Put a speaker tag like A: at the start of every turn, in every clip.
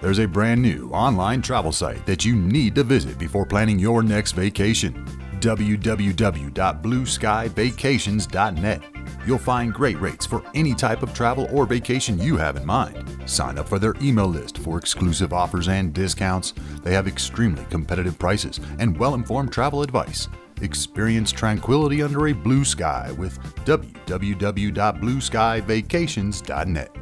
A: there's a brand new online travel site that you need to visit before planning your next vacation www.blueskyvacations.net. You'll find great rates for any type of travel or vacation you have in mind. Sign up for their email list for exclusive offers and discounts. They have extremely competitive prices and well informed travel advice. Experience tranquility under a blue sky with www.blueskyvacations.net.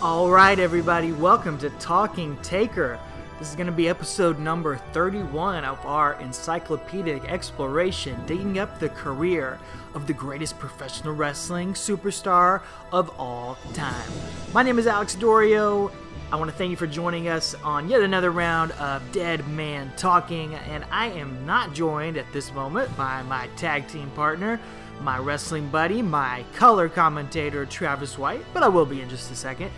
B: All right, everybody, welcome to Talking Taker. This is going to be episode number 31 of our encyclopedic exploration, digging up the career of the greatest professional wrestling superstar of all time. My name is Alex Dorio. I want to thank you for joining us on yet another round of Dead Man Talking, and I am not joined at this moment by my tag team partner, my wrestling buddy, my color commentator, Travis White, but I will be in just a second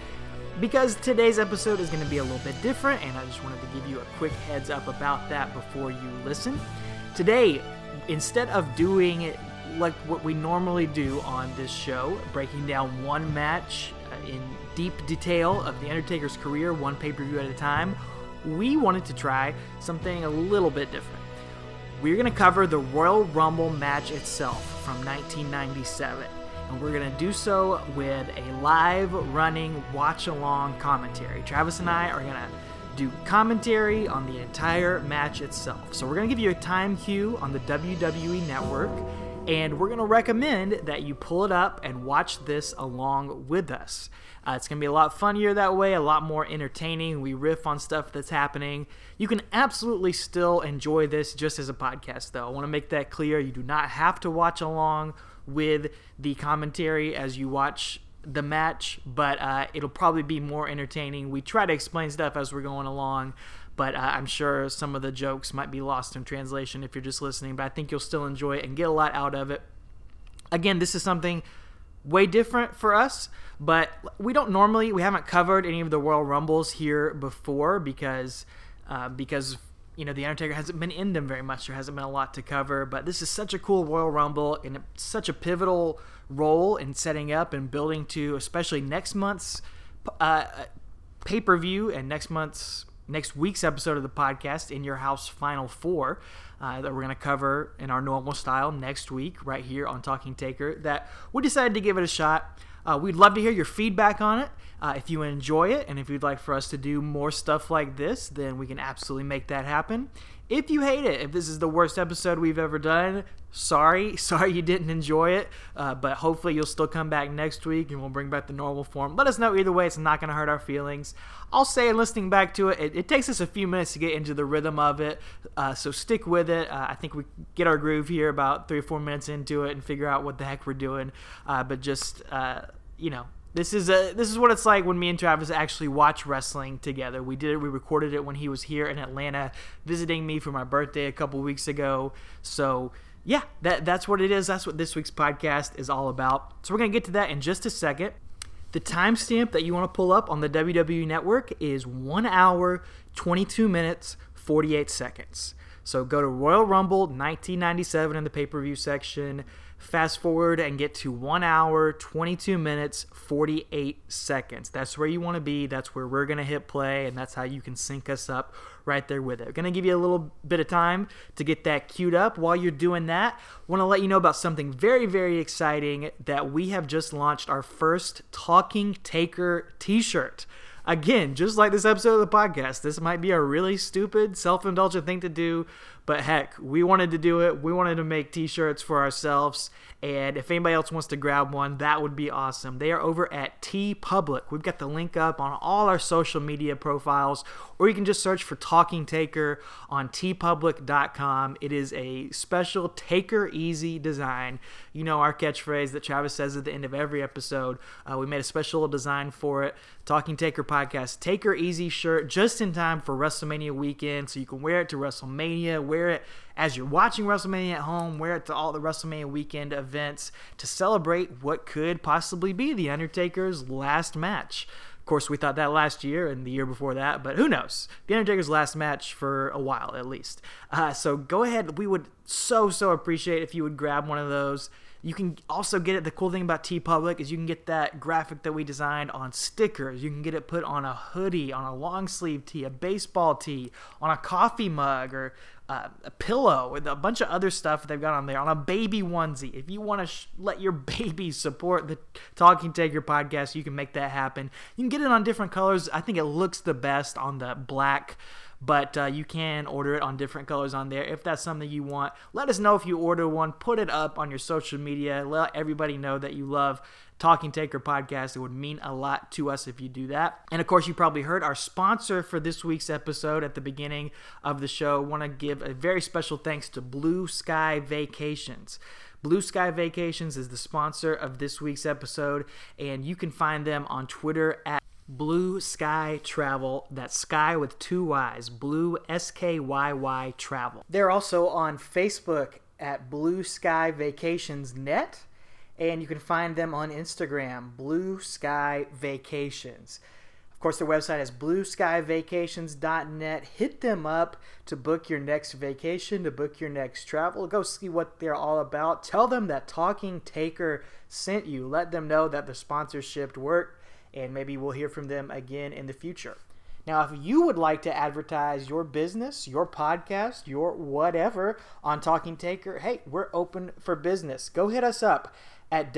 B: because today's episode is going to be a little bit different, and I just wanted to give you a quick heads up about that before you listen. Today, instead of doing it like what we normally do on this show, breaking down one match uh, in deep detail of The Undertaker's career, one pay per view at a time, we wanted to try something a little bit different. We're going to cover the Royal Rumble match itself from 1997 and we're going to do so with a live running watch along commentary. Travis and I are going to do commentary on the entire match itself. So, we're going to give you a time cue on the WWE network, and we're going to recommend that you pull it up and watch this along with us. Uh, it's going to be a lot funnier that way, a lot more entertaining. We riff on stuff that's happening. You can absolutely still enjoy this just as a podcast, though. I want to make that clear. You do not have to watch along with the commentary as you watch the match, but uh, it'll probably be more entertaining. We try to explain stuff as we're going along, but uh, I'm sure some of the jokes might be lost in translation if you're just listening, but I think you'll still enjoy it and get a lot out of it. Again, this is something way different for us, but we don't normally, we haven't covered any of the Royal Rumbles here before because, uh, because you know, The Undertaker hasn't been in them very much. There hasn't been a lot to cover, but this is such a cool Royal Rumble and such a pivotal role in setting up and building to, especially next month's uh, pay per view and next month's next week's episode of the podcast in your house final four uh, that we're going to cover in our normal style next week right here on talking taker that we decided to give it a shot uh, we'd love to hear your feedback on it uh, if you enjoy it and if you'd like for us to do more stuff like this then we can absolutely make that happen if you hate it if this is the worst episode we've ever done sorry sorry you didn't enjoy it uh, but hopefully you'll still come back next week and we'll bring back the normal form let us know either way it's not going to hurt our feelings i'll say listening back to it, it, it takes us a few minutes to get into the rhythm of it uh, so stick with it uh, i think we get our groove here about three or four minutes into it and figure out what the heck we're doing Uh, but just you know this is a this is what it's like when me and Travis actually watch wrestling together. We did it. We recorded it when he was here in Atlanta visiting me for my birthday a couple weeks ago. So yeah, that that's what it is. That's what this week's podcast is all about. So we're gonna get to that in just a second. The timestamp that you want to pull up on the WWE Network is one hour, 22 minutes, 48 seconds. So go to Royal Rumble 1997 in the pay per view section fast forward and get to 1 hour 22 minutes 48 seconds that's where you want to be that's where we're going to hit play and that's how you can sync us up right there with it we're going to give you a little bit of time to get that queued up while you're doing that want to let you know about something very very exciting that we have just launched our first talking taker t-shirt again, just like this episode of the podcast, this might be a really stupid, self indulgent thing to do, but heck, we wanted to do it. We wanted to make t shirts for ourselves. And if anybody else wants to grab one, that would be awesome. They are over at T Public. We've got the link up on all our social media profiles, or you can just search for Talking Taker on tpublic.com. It is a special taker easy design. You know our catchphrase that Travis says at the end of every episode. Uh, we made a special design for it. Talking Taker podcast, Taker Easy shirt, just in time for WrestleMania weekend, so you can wear it to WrestleMania Wear it as you're watching WrestleMania at home. Wear it to all the WrestleMania weekend events to celebrate what could possibly be The Undertaker's last match. Of course, we thought that last year and the year before that, but who knows? The Undertaker's last match for a while, at least. Uh, so go ahead. We would so, so appreciate if you would grab one of those. You can also get it. The cool thing about T Public is you can get that graphic that we designed on stickers. You can get it put on a hoodie, on a long sleeve tee, a baseball tee, on a coffee mug, or uh, a pillow, with a bunch of other stuff that they've got on there, on a baby onesie. If you want to sh- let your baby support the Talking Taker podcast, you can make that happen. You can get it on different colors. I think it looks the best on the black but uh, you can order it on different colors on there if that's something you want. Let us know if you order one. Put it up on your social media. Let everybody know that you love Talking Taker podcast. It would mean a lot to us if you do that. And of course, you probably heard our sponsor for this week's episode at the beginning of the show. Want to give a very special thanks to Blue Sky Vacations. Blue Sky Vacations is the sponsor of this week's episode, and you can find them on Twitter at Blue Sky Travel. That's sky with two Y's. Blue S K Y Y Travel. They're also on Facebook at Blue Sky Vacations Net, and you can find them on Instagram, Blue Sky Vacations. Of course, their website is blueskyvacations.net. Hit them up to book your next vacation, to book your next travel. Go see what they're all about. Tell them that Talking Taker sent you. Let them know that the sponsorship worked and maybe we'll hear from them again in the future. Now, if you would like to advertise your business, your podcast, your whatever on Talking Taker, hey, we're open for business. Go hit us up at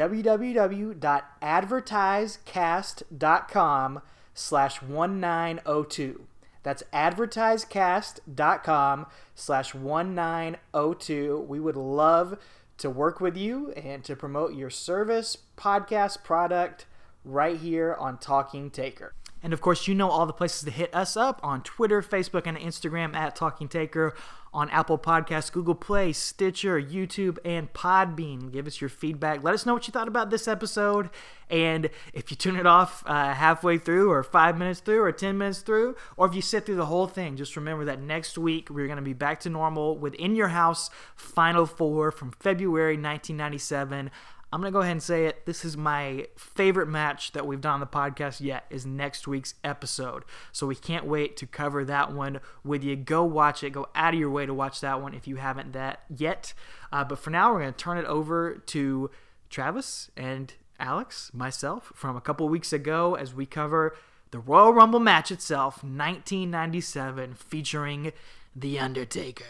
B: www.advertisecast.com slash 1902. That's advertisecast.com slash 1902. We would love to work with you and to promote your service, podcast, product, right here on Talking Taker. And of course, you know all the places to hit us up on Twitter, Facebook, and Instagram at Talking Taker, on Apple Podcasts, Google Play, Stitcher, YouTube, and Podbean. Give us your feedback. Let us know what you thought about this episode. And if you tune it off uh, halfway through, or five minutes through, or 10 minutes through, or if you sit through the whole thing, just remember that next week we're going to be back to normal with In Your House Final Four from February 1997. I'm gonna go ahead and say it. This is my favorite match that we've done on the podcast yet. Is next week's episode, so we can't wait to cover that one with you. Go watch it. Go out of your way to watch that one if you haven't that yet. Uh, but for now, we're gonna turn it over to Travis and Alex, myself, from a couple weeks ago, as we cover the Royal Rumble match itself, 1997, featuring The Undertaker.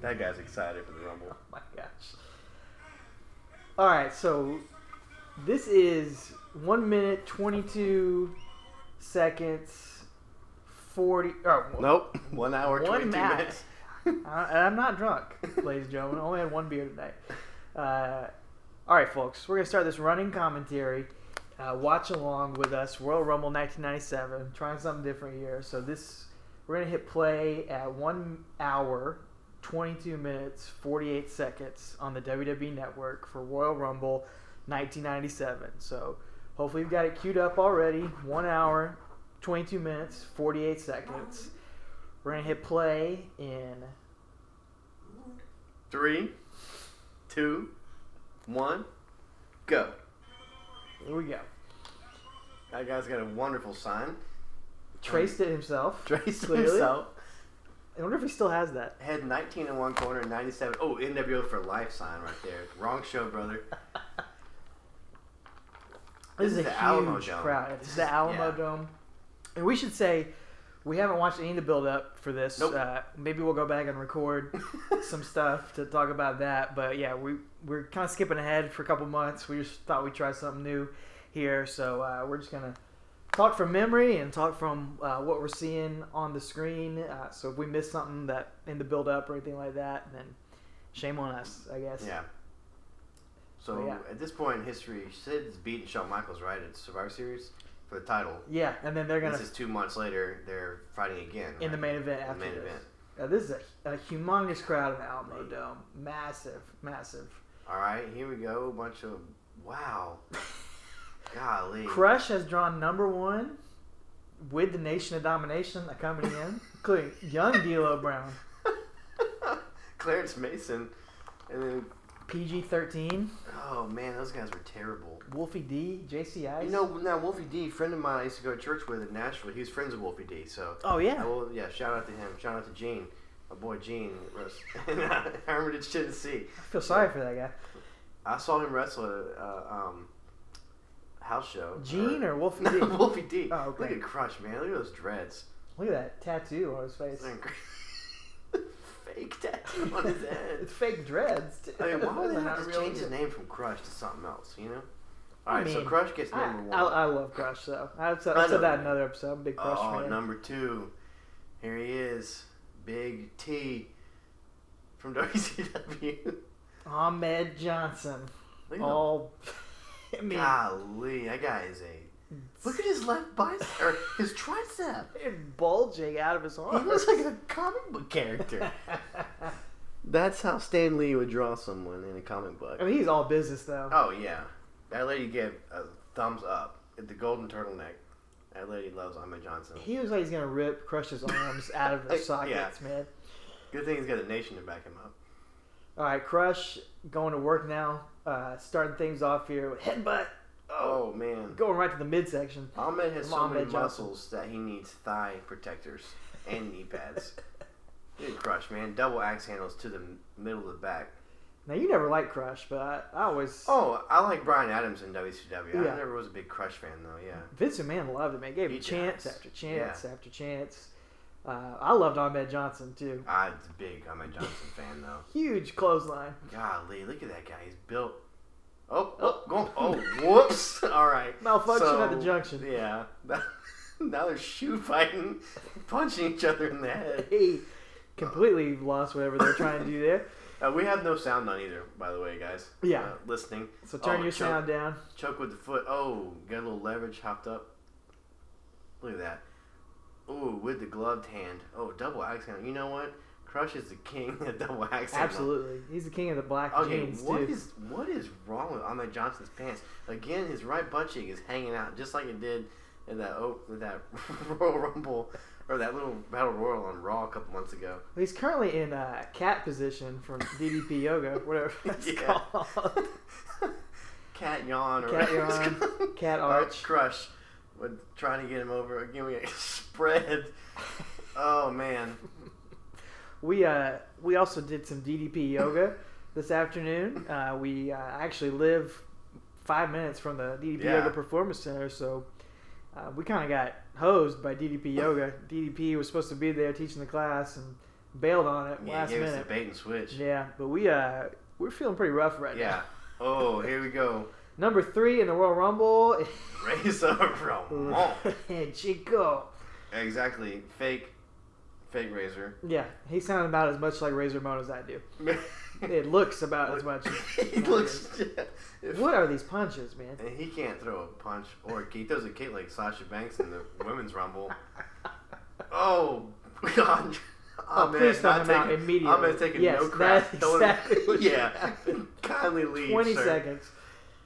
C: That guy's excited for the Rumble.
B: my gosh. All right, so this is one minute twenty-two seconds forty. oh, Or
C: Nope. One hour,
B: One
C: 22
B: match.
C: minutes.
B: I, and I'm not drunk, ladies and gentlemen. I only had one beer tonight. Uh, all right, folks, we're gonna start this running commentary. Uh, watch along with us, Royal Rumble 1997. Trying something different here. So this, we're gonna hit play at one hour, 22 minutes, 48 seconds on the WWE Network for Royal Rumble 1997. So hopefully you've got it queued up already. One hour, 22 minutes, 48 seconds. We're gonna hit play in
C: Three, two, one, go.
B: Here we go.
C: That guy's got a wonderful sign.
B: Traced it himself.
C: Traced
B: Clearly.
C: himself.
B: I wonder if he still has that.
C: Had 19 in one corner, 97. Oh, NWO for life sign right there. Wrong show, brother.
B: This, is a
C: the
B: huge
C: Alamo Dome.
B: crowd. It's the
C: This is-
B: Alamo
C: yeah.
B: Dome. And we should say we haven't watched any of the build up for this.
C: Nope.
B: Uh, maybe we'll go back and record some stuff to talk about that. But yeah, we we're kind of skipping ahead for a couple months. We just thought we'd try something new here, so uh, we're just gonna talk from memory and talk from uh, what we're seeing on the screen. Uh, so if we miss something that in the build up or anything like that, then shame on us, I guess.
C: Yeah. So
B: Oh, yeah.
C: at this point in history, Sid's beating Shawn Michaels, right, at Survivor Series for the title.
B: Yeah, and then they're gonna
C: This is two months later. They're fighting again.
B: in the
C: right?
B: main event
C: In the
B: after
C: main
B: this.
C: event.
B: Now, this is a, a humongous crowd in the Alamo Dome. Massive, massive.
C: All right, here we go. A bunch of wow, golly.
B: Crush has drawn number one with the Nation of Domination accompanying him. Including young D'Lo Brown.
C: Clarence Mason, and then
B: PG 13,
C: oh man, those guys were terrible.
B: Wolfie D, JC Ice.
C: You know, now Wolfie D, friend of mine, I used to go to church with in Nashville. He was friends with Wolfie D, so
B: Oh, yeah.
C: I will, yeah. Shout out to him. Shout out to Gene, my boy Gene. Russ- in Hermitage, Tennessee.
B: I feel sorry for that guy.
C: I saw him wrestle at a uh, um, house show.
B: Gene or Wolfie D?
C: No, Wolfie D.
B: Oh, okay.
C: Look at Crush, man. Look at those dreads.
B: Look at that tattoo on his face.
C: They're inc- Fake tattoo on his head.
B: It's fake dreads. Too.
C: I mean, why would they
B: That's not
C: not just
B: real.
C: change his name from Crush to something else, you know? Alright, so
B: mean,
C: Crush gets
B: I,
C: number
B: I,
C: one.
B: I love Crush though. I said,
C: I
B: I said
C: know.
B: that in another episode. I'm a big Crush
C: oh,
B: fan.
C: number two. Here he is. Big T from WCW.
B: Ahmed Johnson.
C: Look at
B: All. I
C: him.
B: mean,
C: Golly, that guy is a. Look at his left bicep, or his tricep.
B: it bulging out of his
C: He
B: arms.
C: looks like a comic book character. That's how Stan Lee would draw someone in a comic book.
B: I mean, he's all business though.
C: Oh yeah, that lady gave a thumbs up at the golden turtleneck. That lady loves Ahmed Johnson.
B: He looks like he's gonna rip Crush's arms out of their
C: Yeah.
B: sockets, man.
C: Good thing he's got a nation to back him up.
B: All right, Crush going to work now. Uh, starting things off here with headbutt,
C: Oh man,
B: going right to the midsection.
C: Ahmed has so
B: Ahmed
C: many
B: Johnson.
C: muscles that he needs thigh protectors and knee pads. Good crush, man. Double axe handles to the middle of the back.
B: Now you never liked Crush, but I, I always
C: Oh, I like Brian Adams in WCW.
B: Yeah.
C: I never was a big Crush fan though. Yeah.
B: Vince McMahon loved him. Man, gave
C: He
B: him chance
C: does.
B: after chance after chance. Uh, I loved Ahmed Johnson too.
C: I'm a big Ahmed Johnson fan though.
B: Huge clothesline.
C: Golly, look at that guy. He's built. Oh, oh, go. Oh, whoops. All right.
B: Malfunction at the junction.
C: Yeah. now they're shoe fighting, punching each other in the head.
B: He completely lost whatever they're trying to do there.
C: Uh, we have no sound on either, by the way, guys.
B: Yeah.
C: Uh, listening.
B: So turn
C: Oh,
B: your
C: choke-
B: sound down.
C: Choke with the foot. Oh, got a little leverage, hopped up. Look at that. Ooh, with the gloved hand. Oh, double axe handle. You know what? Crush is the king of double axe handle.
B: Absolutely, he's the king of the black
C: Okay,
B: jeans
C: what
B: too.
C: is what is wrong with Ahmed Johnson's pants? Again, his right butt cheek is hanging out just like it did in that oh, that Royal Rumble or that little Battle Royal on Raw a couple months ago.
B: He's currently in uh, cat position from DDP Yoga, whatever that's
C: Yeah.
B: called.
C: Cat yawn or
B: Cat
C: whatever it's
B: yawn,
C: called.
B: cat
C: Uh,
B: arch.
C: crush with trying to get him over again. We got spread. Oh man,
B: We uh, we also did some DDP yoga this afternoon. Uh, we uh, actually live five minutes from the DDP
C: Yeah.
B: Yoga Performance Center, so uh, we kind of got hosed by DDP Yoga. DDP was supposed to be there teaching the class and bailed on it
C: yeah,
B: last
C: he gave us
B: minute.
C: a bait and switch. Yeah.
B: Yeah, but we uh, we're feeling pretty rough right now.
C: Oh, here we go.
B: Number three in the Royal Rumble,
C: Razor Ramon.
B: and Chico.
C: exactly. Fake, fake razor.
B: Yeah, he sounded about as much like Razor Ramon as I do. It looks about as much.
C: he looks.
B: What are these punches, man?
C: And he can't throw a punch or a kick. He throws a kick like Sasha Banks in the women's rumble. Oh God!
B: Oh, please throw him out immediately.
C: I'm gonna take a
B: Yes,
C: no crap.
B: that's
C: throwing-
B: exactly what you
C: yeah. Kindly leave.
B: 20
C: sir.
B: seconds.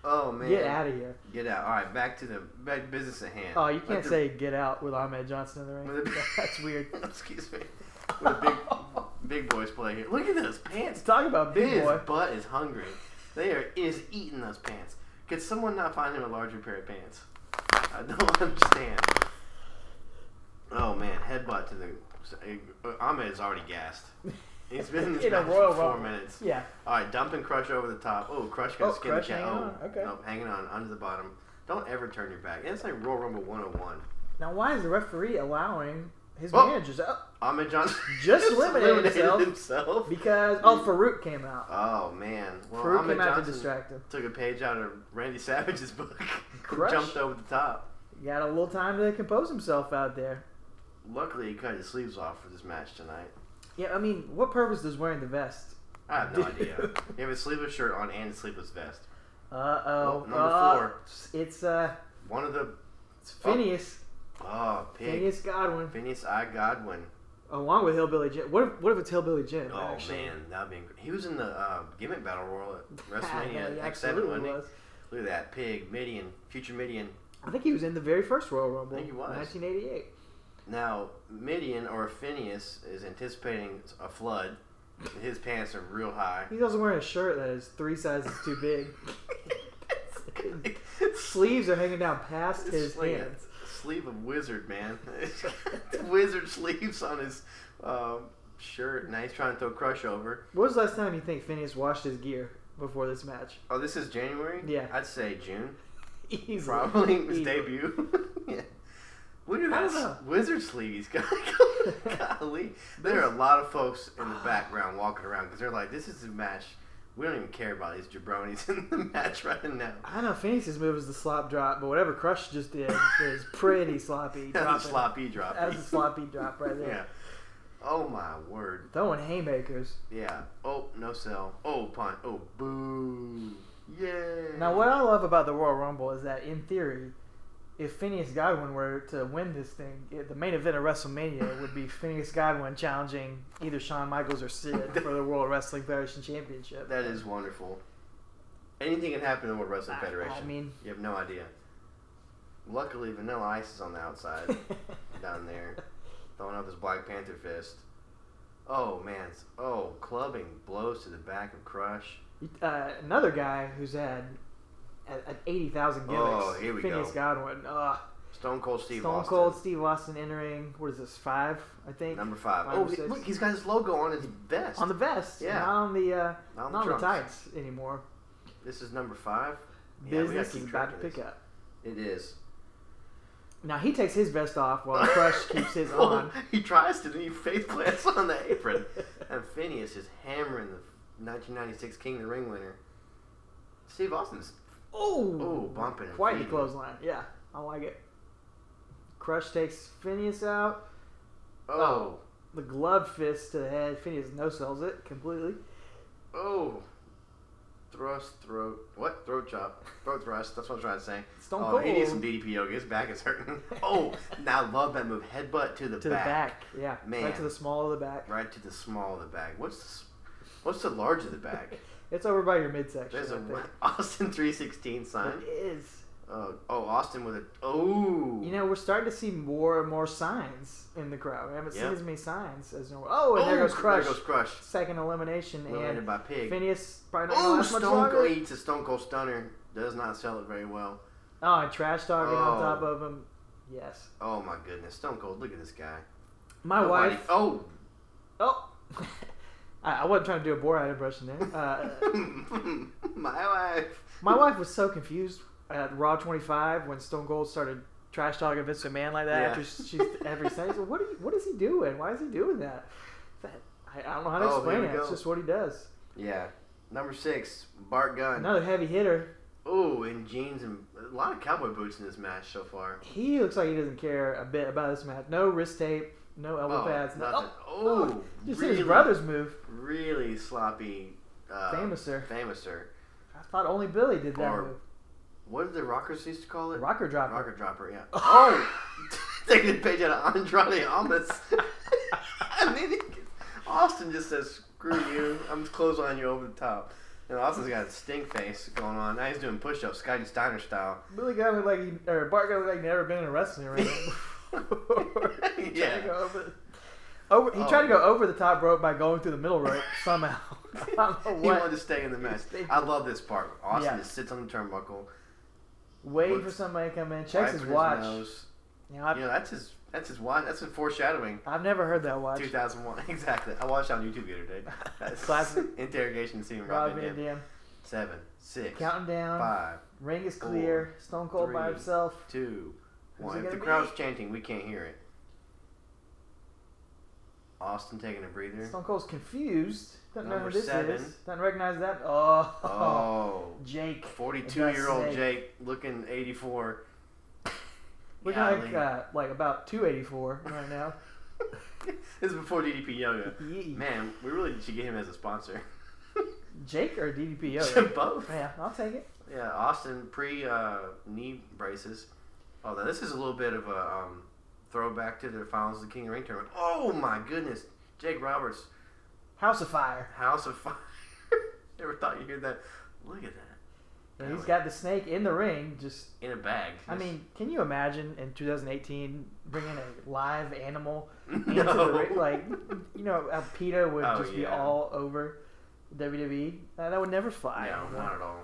C: Oh man.
B: Get out of here.
C: Get out. All right, back to the back business at hand.
B: Oh, you can't
C: Let the-
B: say get out with Ahmed Johnson in the
C: With
B: ring.
C: the-
B: That's weird.
C: Excuse me. With the big big boys play here. Look at those pants.
B: Talk about big
C: His
B: boy.
C: butt is hungry. They are is eating those pants. Could someone not find him a larger pair of pants? I don't understand. Oh man, headbutt to the. uh, Ahmed is already gassed. He's been in this
B: In a
C: match
B: Royal
C: for four
B: Rumble.
C: minutes.
B: Yeah.
C: All right, dump and crush over the top. Oh, crush got
B: Oh,
C: skin
B: Crush
C: check.
B: hanging
C: Oh,
B: on. Okay.
C: nope, hanging on under the bottom. Don't ever turn your back. It's like Royal Rumble 101.
B: Now, why is the referee allowing his
C: Oh.
B: managers up?
C: Ahmed Johnson
B: Just eliminated himself.
C: himself.
B: Because, oh, Farouk came out.
C: Oh man, well,
B: Farouk
C: Ahmed
B: came out to
C: Johnson-
B: distract him.
C: took a page out of Randy Savage's book. and
B: Crush.
C: Jumped over the top.
B: Got a little time to compose himself out there.
C: Luckily, he cut his sleeves off for this match tonight.
B: Yeah, I mean, what purpose does wearing the vest?
C: I have no idea. He have a sleeveless shirt on and a sleeveless vest.
B: Uh oh.
C: Oh, number four.
B: It's, uh,
C: One of the
B: it's Phineas.
C: oh pig
B: Phineas Godwin.
C: Phineas I Godwin.
B: Along with Hillbilly Jim. What if, what if it's Hillbilly Jim?
C: Oh
B: actually?
C: man, that'd be incre- he was in the uh, gimmick battle royal at
B: Yeah,
C: WrestleMania
B: he
C: X
B: absolutely
C: Seven, wasn't he?
B: was.
C: Look at that pig Midian, future Midian.
B: I think he was in the very first Royal Rumble.
C: I think he was.
B: 1988.
C: Now, Midian or Phineas is anticipating a flood. His pants are real high.
B: He doesn't wear a shirt that is three sizes too big. Sleeves are hanging down past his
C: It's like a
B: hands.
C: sleeve of wizard, man. The wizard sleeves on his um, shirt. Now he's trying to throw crush over.
B: When was the last time you think Phineas washed his gear before this match?
C: Oh, this is January.
B: Yeah.
C: I'd say June.
B: Easily.
C: Probably his
B: Easily.
C: debut. yeah. What do you
B: I
C: guys?
B: don't know.
C: Wizard sleeves, guys. Golly, there are a lot of folks in the background walking around because they're like, "This is a match. We don't even care about these jabronis in the match right now."
B: I know Phineas's move is the slop drop, but whatever Crush just did is pretty sloppy.
C: That's a
B: dropping.
C: sloppy drop.
B: That was a sloppy drop right there.
C: Yeah. Oh my word.
B: Throwing haymakers.
C: Yeah. Oh, no sell. Oh, punt. Oh, boo. Yay.
B: Now, what I love about the Royal Rumble is that, in theory, if Phineas Godwin were to win this thing, it- the main event of WrestleMania would be Phineas Godwin challenging either Shawn Michaels or Sid for the World Wrestling Federation Championship.
C: That is wonderful. Anything can happen in World Wrestling
B: I-
C: Federation.
B: I mean-
C: you have no idea. Luckily, Vanilla Ice is on the outside down there, throwing up his Black Panther fist. Oh man. Oh, clubbing blows to the back of Crush.
B: uh, another guy who's had a- an 80,000 gimmicks.
C: Oh, here we
B: Phineas
C: go.
B: Godwin. Uh,
C: Stone Cold Steve
B: Stone
C: Austin.
B: Cold Steve Austin entering, what is this, five, I think?
C: Number five.
B: Five
C: oh,
B: or six.
C: look, he's got his logo on his vest.
B: on the vest,
C: Yeah.
B: not on the uh,
C: Not on
B: not
C: the
B: on the
C: trunks.
B: tights anymore.
C: this is number five. Yeah, we gotta
B: Business
C: keep
B: is
C: track
B: about to
C: of
B: pick
C: this.
B: up.
C: It is.
B: Now he takes his vest off while Crush keeps his
C: Well,
B: on.
C: He tries to, then he face plants on the apron. and Phineas is hammering the 1996 King of the Ring winner. Steve Austin's.
B: Oh,
C: Ooh, bumping and
B: Quite the
C: feeding.
B: clothesline. Yeah, I like it. Crush takes Phineas out.
C: Oh.
B: The glove fist to the head. Phineas no sells it completely.
C: Oh. Thrust, throat. What? Throat chop. Throat thrust. That's what I'm trying to say.
B: Stone
C: oh, He needs some
B: Cold.
C: DDP yoga. His back is hurting. Oh, now I love that move. Headbutt to the
B: To
C: back.
B: the back. Yeah,
C: Man.
B: right to the small of the back.
C: Right to the small of the back. What's the, s- what's the large of the back?
B: It's over by your midsection.
C: There's
B: I
C: a
B: think.
C: Austin 316 sign.
B: It is.
C: Oh, oh, Austin with a. Oh.
B: You know, we're starting to see more and more signs in the crowd. We haven't
C: Yeah.
B: seen as many signs as normal. Oh, and there
C: Oh,
B: goes Crush.
C: There goes Crush.
B: Second elimination
C: Eliminated
B: and
C: by Pig.
B: Phineas probably not gonna
C: Oh,
B: last much
C: Stone
B: longer.
C: Cold eats a Stone Cold Stunner. Does not sell it very well.
B: Oh, and trash talking
C: Oh.
B: on top of him. Yes.
C: Oh my goodness, Stone Cold! Look at this guy.
B: My
C: Nobody-
B: wife.
C: Oh,
B: Oh. I, I wasn't trying to do a Borat impression there. Uh,
C: my wife.
B: my wife was so confused at Raw 25 when Stone Cold started trash talking Vince McMahon like that
C: Yeah.
B: after she's every Sunday. So what, are you, what is he doing? Why is he doing that? that I, I don't know how to
C: Oh,
B: explain
C: here
B: it.
C: we
B: It's
C: go.
B: just what he does.
C: Yeah. Number six, Bart Gunn.
B: Another heavy hitter.
C: Oh, in jeans and a lot of cowboy boots in this match so far.
B: He looks like he doesn't care a bit about this match. No wrist tape, no elbow
C: Oh,
B: pads. No,
C: nothing.
B: oh,
C: Oh,
B: just hit
C: really?
B: his brother's move.
C: Really sloppy. Uh,
B: Famouser.
C: Famouser.
B: I thought only Billy did that
C: Or-
B: move.
C: What did the rockers used to call it?
B: Rocker dropper.
C: Rocker dropper, yeah. Oh, taking a page out of Andrade Almas. I mean, it- Austin just says, "Screw you! I'm clotheslining you over the top." And Austin's got a stink face going on. Now he's doing push-ups, Scotty Steiner style.
B: Billy Gunn looked like he, or Bart Gunn looked like he'd never been in a wrestling ring. he tried
C: Yeah.
B: to go over, over he
C: Oh.
B: tried to go over the top rope by going through the middle rope somehow. I don't know
C: He
B: what.
C: wanted to stay in the match.
B: Stay-
C: I love this part. Austin
B: Yeah.
C: just sits on the turnbuckle,
B: Wait for somebody to come in, checks
C: wiping
B: his watch.
C: nose.
B: You know, I've,
C: You know, that's his. That's his watch. That's his foreshadowing.
B: I've never heard that watch.
C: 2001. Exactly. I watched it on YouTube the other day. That's
B: Classic.
C: interrogation scene. with
B: Rob
C: Robin,
B: Van
C: Robin
B: Dam.
C: Seven, six,
B: Counting down.
C: five,
B: Ring is
C: Four,
B: clear. Stone Cold by
C: three.
B: himself.
C: two,
B: Who's
C: one.
B: it
C: If the
B: gonna
C: crowd's
B: be?
C: chanting, we can't hear it. Austin taking a breather.
B: Stone Cold's confused. Doesn't know
C: Number
B: who this
C: seven.
B: is. Doesn't recognize that. Oh,
C: Oh.
B: Jake.
C: 42 year old
B: That's
C: Jake looking 84.
B: Looking like
C: Golly.
B: uh, like about 284 right now.
C: this is before DDP Yoga.
B: Yee.
C: Man, we really should get him as a sponsor.
B: Jake or DDPO?
C: Both.
B: yeah, I'll take it.
C: Yeah, Austin pre uh, knee braces. Although this is a little bit of a um, throwback to the finals of the King of the Ring tournament. Oh my goodness, Jake Roberts,
B: House of Fire.
C: House of Fire. Never thought you'd hear that. Look at that.
B: But
C: Yeah,
B: he's
C: like-
B: got the snake in the ring. Just
C: in a bag.
B: I mean, can you imagine in 2018 bringing a live animal into
C: No.
B: the ring? Like, you know, how PETA would
C: Oh,
B: just be
C: yeah.
B: all over WWE. Uh, that would never fly.
C: no,
B: you know?
C: not at all.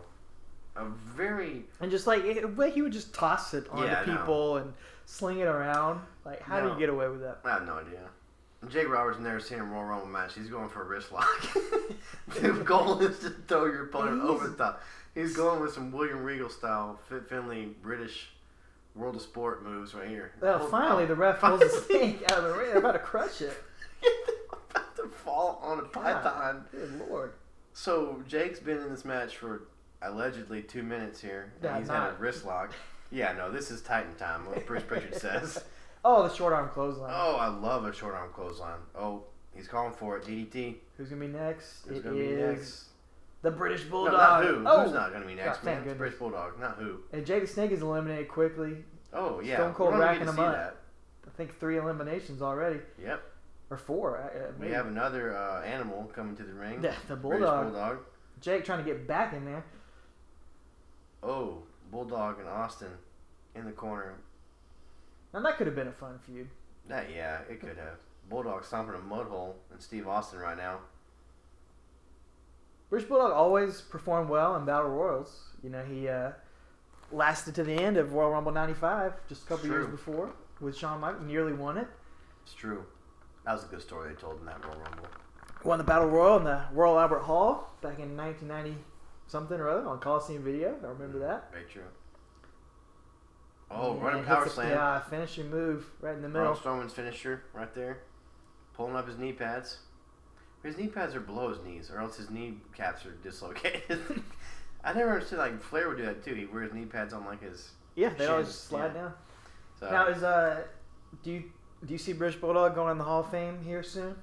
C: A very
B: And just like it, way he would just toss it onto
C: Yeah, I know.
B: people and sling it around. Like, how do
C: No.
B: you get away with that?
C: I have no idea. Jake Roberts never seen a Royal Rumble match. He's going for a wrist lock. the goal is to throw your opponent
B: He's-
C: over the top. He's going with some William Regal style, Fit Finley British World of Sport moves right here.
B: Well,
C: Hold-
B: finally, the ref pulls the snake out of the ring. They're about to crush it.
C: about to fall on a
B: God,
C: python.
B: Good lord.
C: So Jake's been in this match for allegedly two minutes here. And
B: Yeah,
C: he's had a
B: not-
C: wrist lock. Yeah, no, this is Titan time, what Bruce Pritchard says.
B: Oh, the short arm clothesline.
C: Oh, I love a short arm clothesline. Oh, he's calling for it. DDT.
B: Who's gonna be next?
C: Who's
B: It
C: going to be
B: is
C: next?
B: the British
C: No,
B: Bulldog.
C: not who.
B: Oh,
C: Who's not going to be next?
B: God,
C: man,
B: thank
C: it's British Bulldog, not who.
B: and Jake the Snake is eliminated quickly.
C: Oh, yeah.
B: Stone Cold
C: We're not
B: racking
C: gonna
B: them
C: see
B: up. I think three eliminations already,
C: that. Yep.
B: or four. uh, I, I
C: We have another uh, animal coming to the ring.
B: Yeah, the
C: British
B: Bulldog.
C: Bulldog.
B: Jake trying to get back in there.
C: Oh, Bulldog and Austin in the corner.
B: Now that could have been a fun feud.
C: That yeah, it could have. Bulldog stomping a mud hole and Steve Austin right now.
B: British Bulldog always performed well in battle royals. You know, he uh, lasted to the end of Royal Rumble '95, just a couple
C: True.
B: years before, with Shawn Michaels, nearly won it.
C: It's true. That was a good story they told in that Royal Rumble.
B: Won the battle royal in the Royal Albert Hall back in 1990 something or other on Coliseum Video. I remember that.
C: Very true. Oh,
B: Yeah,
C: running
B: hits
C: Oh, power
B: a-
C: slam.
B: Yeah, finishing move right in the middle.
C: Braun Strowman's finisher right there, pulling up his knee pads. His knee pads are below his knees, or else his knee caps are dislocated. I never understood like Flair would do that too. He wears knee pads on like his.
B: Yeah, they always
C: Shins,
B: slide
C: yeah.
B: down.
C: So
B: Now is uh, do you do you see British Bulldog going in the Hall of Fame here soon?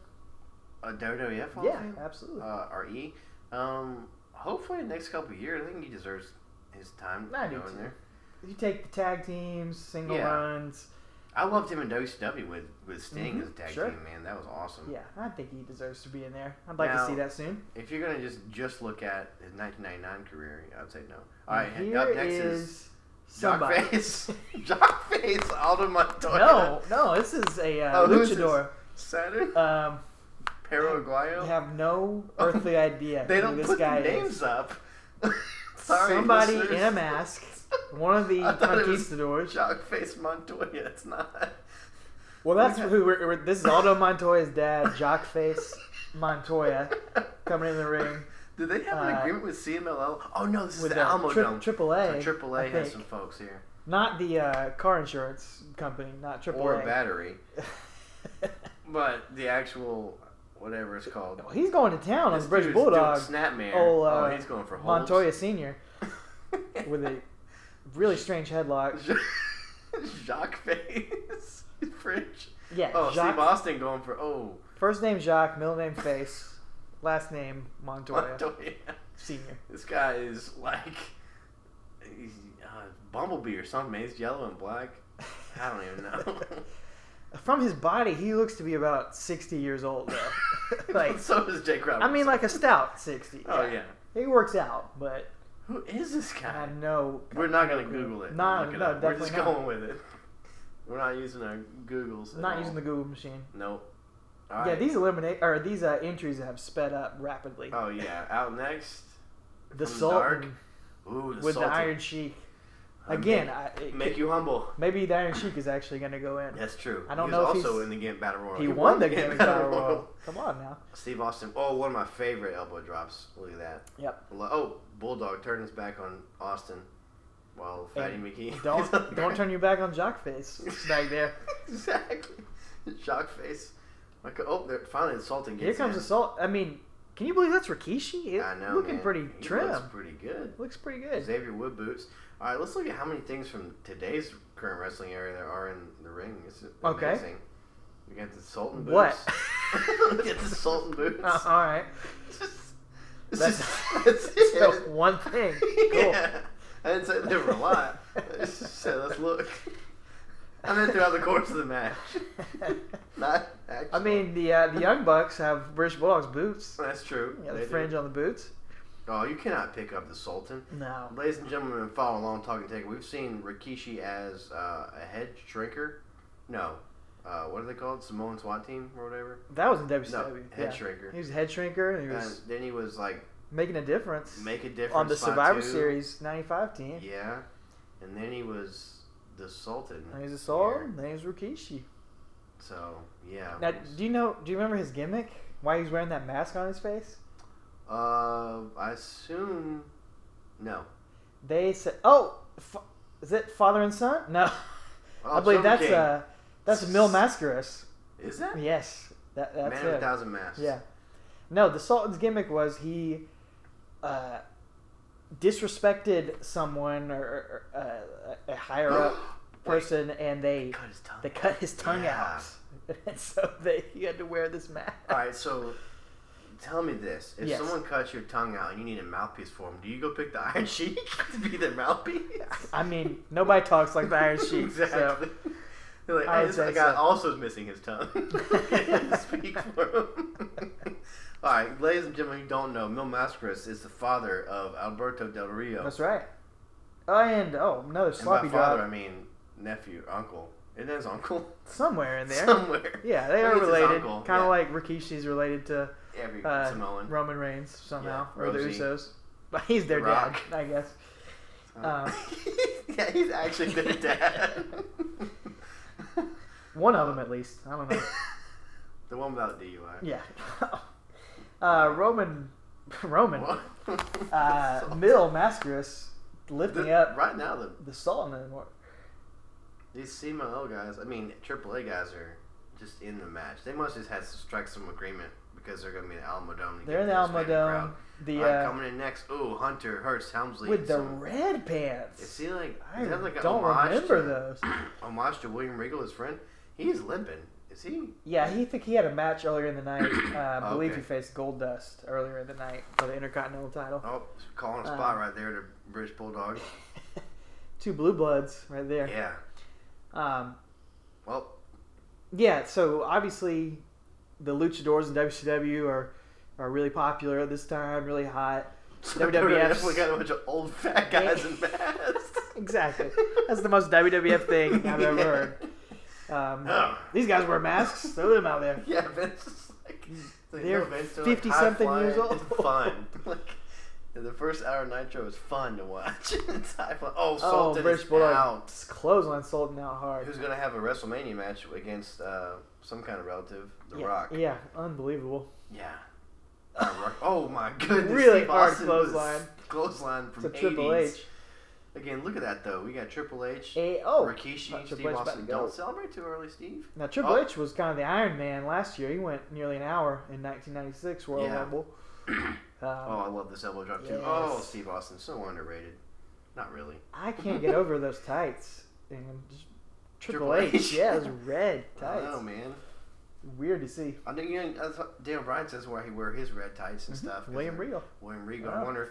C: a WWF Hall of
B: yeah,
C: Fame?
B: absolutely.
C: uh, RE. Um, hopefully, in the next couple of years, I think he deserves his time
B: I do
C: going
B: too.
C: there.
B: you take the tag teams, single
C: Yeah.
B: runs.
C: I loved him in WCW with with Sting
B: Mhm,
C: as a tag
B: sure.
C: team. Man, that was awesome.
B: Yeah, I think he deserves to be in there. I'd like
C: Now-
B: to see that soon.
C: If you're gonna just just look at his 1999 career, I'd say no. All right,
B: Here
C: up next
B: is
C: is
B: somebody.
C: Jockface. Jockface Aldo Montoya.
B: No, no, this is a uh,
C: Oh, who's
B: luchador.
C: Saturn.
B: Um,
C: Paraguayo.
B: I have no earthly idea
C: Oh, they
B: who
C: don't
B: this
C: put
B: guy
C: the names
B: is.
C: up. Sorry,
B: Somebody
C: listeners.
B: in a mask, one of the
C: I thought it was
B: conquistadors.
C: Jockface Montoya. It's not.
B: Well, that's who we're, we're- This is Aldo Montoya's dad, Jockface Montoya, coming in the ring
C: Do they have an
B: Uh,
C: agreement with CMLL? Oh no, this is
B: with
C: the
B: uh,
C: Alamo
B: tri-
C: Dome.
B: AAA.
C: so AAA
B: I
C: has
B: think.
C: some folks here,
B: Not the uh, car insurance company, not AAA.
C: or Battery, but the actual whatever it's called.
B: Well, he's going to town on
C: This
B: the British
C: dude's doing
B: Bulldog.
C: Snapmare.
B: Ol', uh,
C: oh, he's going for holes.
B: Montoya Senior with a really strange headlock.
C: Jacques Face. He's French.
B: Yeah,
C: Oh,
B: Jacques-
C: Steve Austin going for oh
B: First name Jacques, middle name Face, last name Montoya,
C: Montoya.
B: Senior.
C: This guy is like he's, uh, Bumblebee or something. man. He's yellow and black. I don't even know.
B: From his body, he looks to be about sixty years old. Though. like,
C: so does Jake Roberts.
B: I mean, like a stout sixty.
C: oh yeah.
B: He works out, but
C: Who is this
B: I
C: guy?
B: have no.
C: We're not gonna Google it.
B: No,
C: Look it
B: no,
C: up. We're just
B: definitely not.
C: going with it. We're not using our Googles. at
B: Not
C: all.
B: using the Google machine.
C: Nope.
B: yeah,
C: Alright.
B: these eliminate or these uh, entries have sped up rapidly.
C: Oh yeah. Out next.
B: the
C: from Dark
B: Sultan
C: Ooh, the
B: with
C: Sultan.
B: the Iron Sheik.
C: Uh,
B: Again,
C: make-
B: I, it
C: Make
B: could-
C: you humble.
B: maybe the Iron Sheik is actually going to go in.
C: That's true.
B: I don't
C: he
B: know
C: was
B: if
C: also
B: he's-
C: in the Gant Battle Royal.
B: He won the game
C: Gant
B: of Battle Royal. Come on now.
C: Steve Austin. Oh, one of my favorite elbow drops. Look at that.
B: Yep.
C: Lo- Oh, Bulldog turned his back on Austin. While Fatty
B: And
C: McGee. is on
B: Don't
C: the
B: don't
C: ground.
B: turn your back on Jockface back there.
C: exactly. Shock face. Like oh, they're finally insulting.
B: Here comes assault. I mean, can you believe that's Rikishi? It,
C: I know.
B: looking
C: man.
B: pretty
C: He
B: trim.
C: Looks pretty good.
B: Looks pretty good.
C: Xavier Wood boots. All right, let's look at how many things from today's current wrestling area there are in the ring. It's
B: Okay.
C: amazing. We got the Sultan boots.
B: What?
C: we got the Sultan boots.
B: Uh, all right.
C: That's,
B: That's-
C: that's
B: So
C: it.
B: one thing. Cool.
C: Yeah. I didn't say there were a lot. I just said, let's look. I meant throughout the course of the match. Not actually.
B: I mean, the uh, the Young Bucks have British Bulldogs boots.
C: that's true.
B: Yeah, the
C: They do.
B: fringe on the boots.
C: Oh, you cannot pick up the Sultan.
B: No.
C: Ladies and gentlemen, and follow along talking take. We've seen Rikishi as uh, a head shrinker. No. Uh, what are they called? Samoan SWAT team or whatever?
B: That was in WCW.
C: No, head shrinker.
B: He was a head shrinker and he was
C: And then he was like,
B: making a difference
C: make a difference.
B: on the
C: spot
B: Survivor
C: two.
B: Series 95 team.
C: Yeah. And then he was the Sultan.
B: And he's a soul.
C: here.
B: Then he's Rikishi.
C: So, yeah.
B: Now, do you know? Do you remember his gimmick? Why he's wearing that mask on his face?
C: Uh, I assume. No.
B: They said, "Oh, f- is it father and son?" No,
C: Oh,
B: I believe
C: Silver
B: that's
C: King.
B: uh, that's Mil Mascaris.
C: Is that?
B: Yes, that, that's
C: Man with a
B: it.
C: thousand masks.
B: Yeah. No, the Sultan's gimmick was he uh, disrespected someone or, or uh, a higher up person, and they
C: Oh, Cut his tongue.
B: they cut his tongue
C: Yeah.
B: out, and so they he had to wear this mask.
C: All right, so tell me this: if
B: Yes.
C: someone cuts your tongue out and you need a mouthpiece for them, do you go pick the Iron Sheik to be their mouthpiece?
B: I mean, nobody talks like the Iron Sheik. so-
C: exactly. They're like,
B: I
C: "Hey,
B: would
C: this guy
B: say so.
C: also is missing his tongue. Speak for him. All right, ladies and gentlemen, who don't know, Mil Mascaris is the father of Alberto Del Rio.
B: That's right. Oh, and oh, another
C: and by
B: sloppy
C: father,
B: job
C: I mean nephew, uncle. It is uncle
B: somewhere in there.
C: somewhere.
B: Yeah, they
C: I
B: are
C: think it's his
B: related.
C: uncle,
B: Kind of
C: yeah.
B: like Rikishi's related to
C: every
B: uh,
C: Samoan.
B: Roman Reigns somehow,
C: Yeah,
B: or the
C: Rosie.
B: Usos. But he's their
C: The
B: dad,
C: Rock.
B: I guess. Um,
C: Uh. yeah, he's actually their dad.
B: one of them at least. I don't know.
C: the one without DUI.
B: Yeah. uh, Roman, Roman,
C: What?
B: uh,
C: So-
B: Mill Mascaris
C: the-
B: lifting up
C: Right now, the,
B: the Sultan anymore.
C: these CMLL guys, I mean, AAA guys are just in the match. They must just have to strike some agreement because they're going to be in the Alamo Dome. to
B: They're in the
C: get this
B: Alamo
C: fan crowd.
B: Dome. The
C: All right,
B: uh,
C: coming in next, ooh, Hunter, Hurst, Helmsley.
B: with the
C: some-
B: red
C: It
B: pants.
C: seemed like,
B: I
C: it sounds like a
B: don't
C: homage
B: remember
C: to,
B: those.
C: Homage to William Regal, his friend. He's limping. Is he?
B: Yeah, he think he had a match earlier in the night. Uh, I believe
C: Okay.
B: he faced Gold Dust earlier in the night for the Intercontinental title.
C: Oh, calling a spot
B: Um,
C: right there to British Bulldog.
B: Two Blue Bloods right there.
C: Yeah.
B: Um,
C: Well,
B: yeah. So obviously, the Luchadors in WCW are are really popular at this time, really hot. WWF 's-
C: definitely got a bunch of old fat guys in masks.
B: Exactly. That's the most WWF thing I've ever heard. Um, these guys wear masks. Throw them out there.
C: Yeah, Vince is like, it's like
B: They're
C: no, Vince, they're
B: 50-something
C: high-flying.
B: years old.
C: It's fun. Like the first hour of Nitro is fun to watch. it's high flying. Oh,
B: Oh,
C: Sultan
B: British
C: is
B: Bulldog.
C: out.
B: Clothesline Sultan out hard.
C: Who's gonna have a WrestleMania match against uh, some kind of relative, The
B: yeah,
C: Rock?
B: Yeah, unbelievable.
C: Yeah. The Rock. Oh my goodness!
B: Really
C: Steve
B: hard
C: Austin was
B: clothesline.
C: Clothesline from
B: It's a Triple
C: 80s.
B: H.
C: Again, look at that though. We got Triple H,
B: A- oh,
C: Rikishi,
B: Triple
C: Steve
B: H about
C: Austin.
B: to go.
C: Don't celebrate too early, Steve.
B: Now Triple
C: Oh.
B: H was kind of the Iron Man last year. He went nearly an hour in 1996 Royal
C: Yeah.
B: Rumble. Um,
C: Oh, I love this elbow drop too. Oh,
B: Yes.
C: Steve Austin, so underrated. Not really.
B: I can't get over those tights. And just, Triple,
C: Triple
B: H,
C: H.
B: yeah, those red
C: I
B: tights.
C: don't know, man.
B: Weird to see.
C: I think you know, that's what Dan Bryan says why he wear his red tights and stuff. 'cause
B: Mm-hmm. William
C: they're-
B: Regal,
C: William Regal. I
B: Oh.
C: wonder if,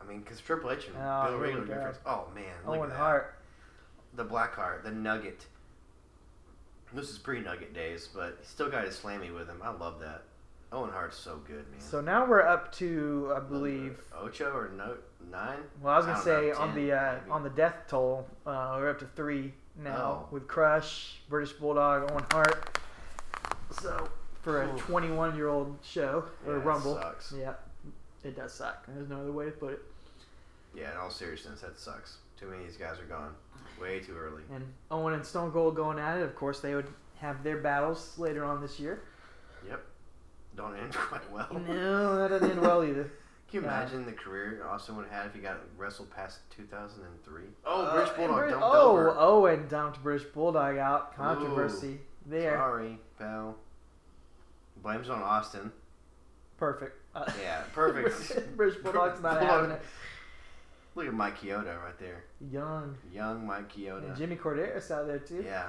C: I mean, because Triple H and
B: Oh,
C: Bill
B: here
C: Regal are
B: we go.
C: different. Oh man, look
B: Owen
C: at that.
B: Hart.
C: The Black Heart, the Nugget. This is pre-Nugget days, but he still got his slammy with him. I love that. Owen Hart's so good, man.
B: So now we're up to, I believe.
C: Ocho or no nine.
B: Well, I was gonna
C: uh, I
B: say
C: don't know,
B: on
C: 10,
B: the uh,
C: maybe.
B: on the death toll, uh, we're up to three now
C: Oh.
B: with Crush, British Bulldog, Owen Hart. So for a
C: Ooh.
B: 21 year old show or
C: Yeah, that
B: Rumble,
C: sucks.
B: yeah, it does suck. There's no other way to put it.
C: Yeah, in all seriousness, that sucks. Too many of these guys are gone way too early.
B: And Owen and Stone Cold going at it. Of course, they would have their battles later on this year.
C: Yep. Don't end quite well.
B: No, that doesn't end well either.
C: Can you
B: Yeah.
C: imagine the career Austin would have had if he got wrestled past 2003? Oh, British Bulldog
B: Brit-
C: dumped
B: Uh, oh,
C: over.
B: Owen dumped British Bulldog out. Controversy there.
C: Sorry, pal. Blames on Austin.
B: Perfect. Uh,
C: Yeah, perfect.
B: British Bulldog's not
C: Bulldog.
B: having it.
C: Look at Mike Kyoto right there.
B: Young.
C: Young Mike
B: And
C: Kyoto.
B: Jimmy Corderas out there too.
C: uh, Yeah.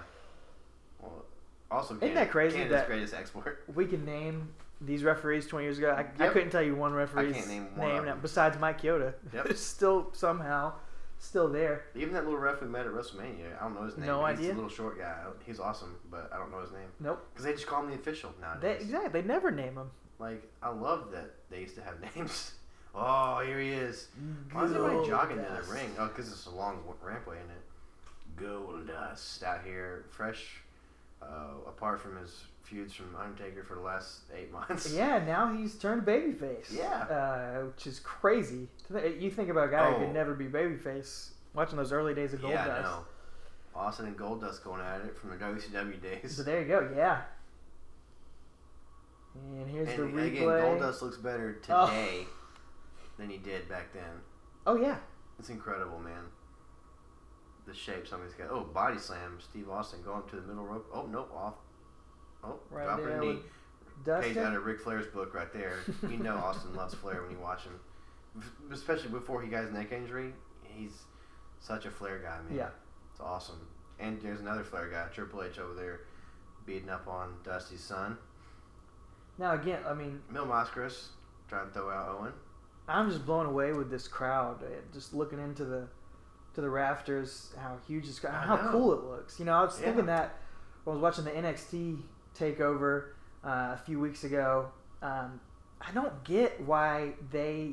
C: Well, also,
B: Isn't
C: Can-
B: that crazy
C: Canada's
B: that-
C: greatest export.
B: We can name these referees 20 years ago. I, I
C: Yep.
B: couldn't tell you one referee's
C: name one of
B: now-
C: them.
B: besides Mike Kyoto.
C: Yep.
B: It's still somehow still there.
C: Even that little ref we met at WrestleMania, I don't know his name.
B: No
C: He's
B: idea.
C: a little short guy. He's awesome, but I don't know his name.
B: Nope.
C: Because they just call him the official
B: They,
C: nowadays.
B: exactly. They never name them.
C: Like, I love that they used to have names. Oh, here he is. Why is
B: Gold
C: everybody jogging to
B: dust.
C: the ring? Oh, because it's a long w- rampway, isn't it? Gold dust out here, fresh, uh, apart from his feuds from Undertaker for the last eight months.
B: Yeah, now he's turned babyface.
C: Yeah.
B: uh, which is crazy. To thi- You think about a guy who
C: Oh.
B: could never be babyface. Watching those early days of Gold
C: yeah, I
B: Dust.
C: know. Austin and Goldust going at it from the WCW days.
B: So there you go. Yeah. And here's the
C: and
B: replay.
C: again, Goldust looks better
B: Oh.
C: today than he did back then.
B: Oh yeah.
C: It's incredible, man. The shape somebody's got. Oh, body slam. Steve Austin going to the middle rope. Oh, nope, off. Oh,
B: Right
C: dropping
B: there
C: knee.
B: with Dustin.
C: Page out of Ric Flair's book right there. You know Austin loves Flair when you watch him, V- especially before he got his neck injury. He's such a Flair guy, man.
B: Yeah.
C: it's awesome. And there's another Flair guy, Triple H over there, beating up on Dusty's son,
B: Now again, I mean,
C: Mil Moscaris, trying to throw out Owen.
B: I'm just blown away with this crowd. eh, Just looking into the to the rafters, how huge this crowd,
C: I
B: how
C: know.
B: cool it looks. You know, I was
C: Yeah.
B: thinking that when I was watching the NXT takeover uh, a few weeks ago. Um, I don't get why they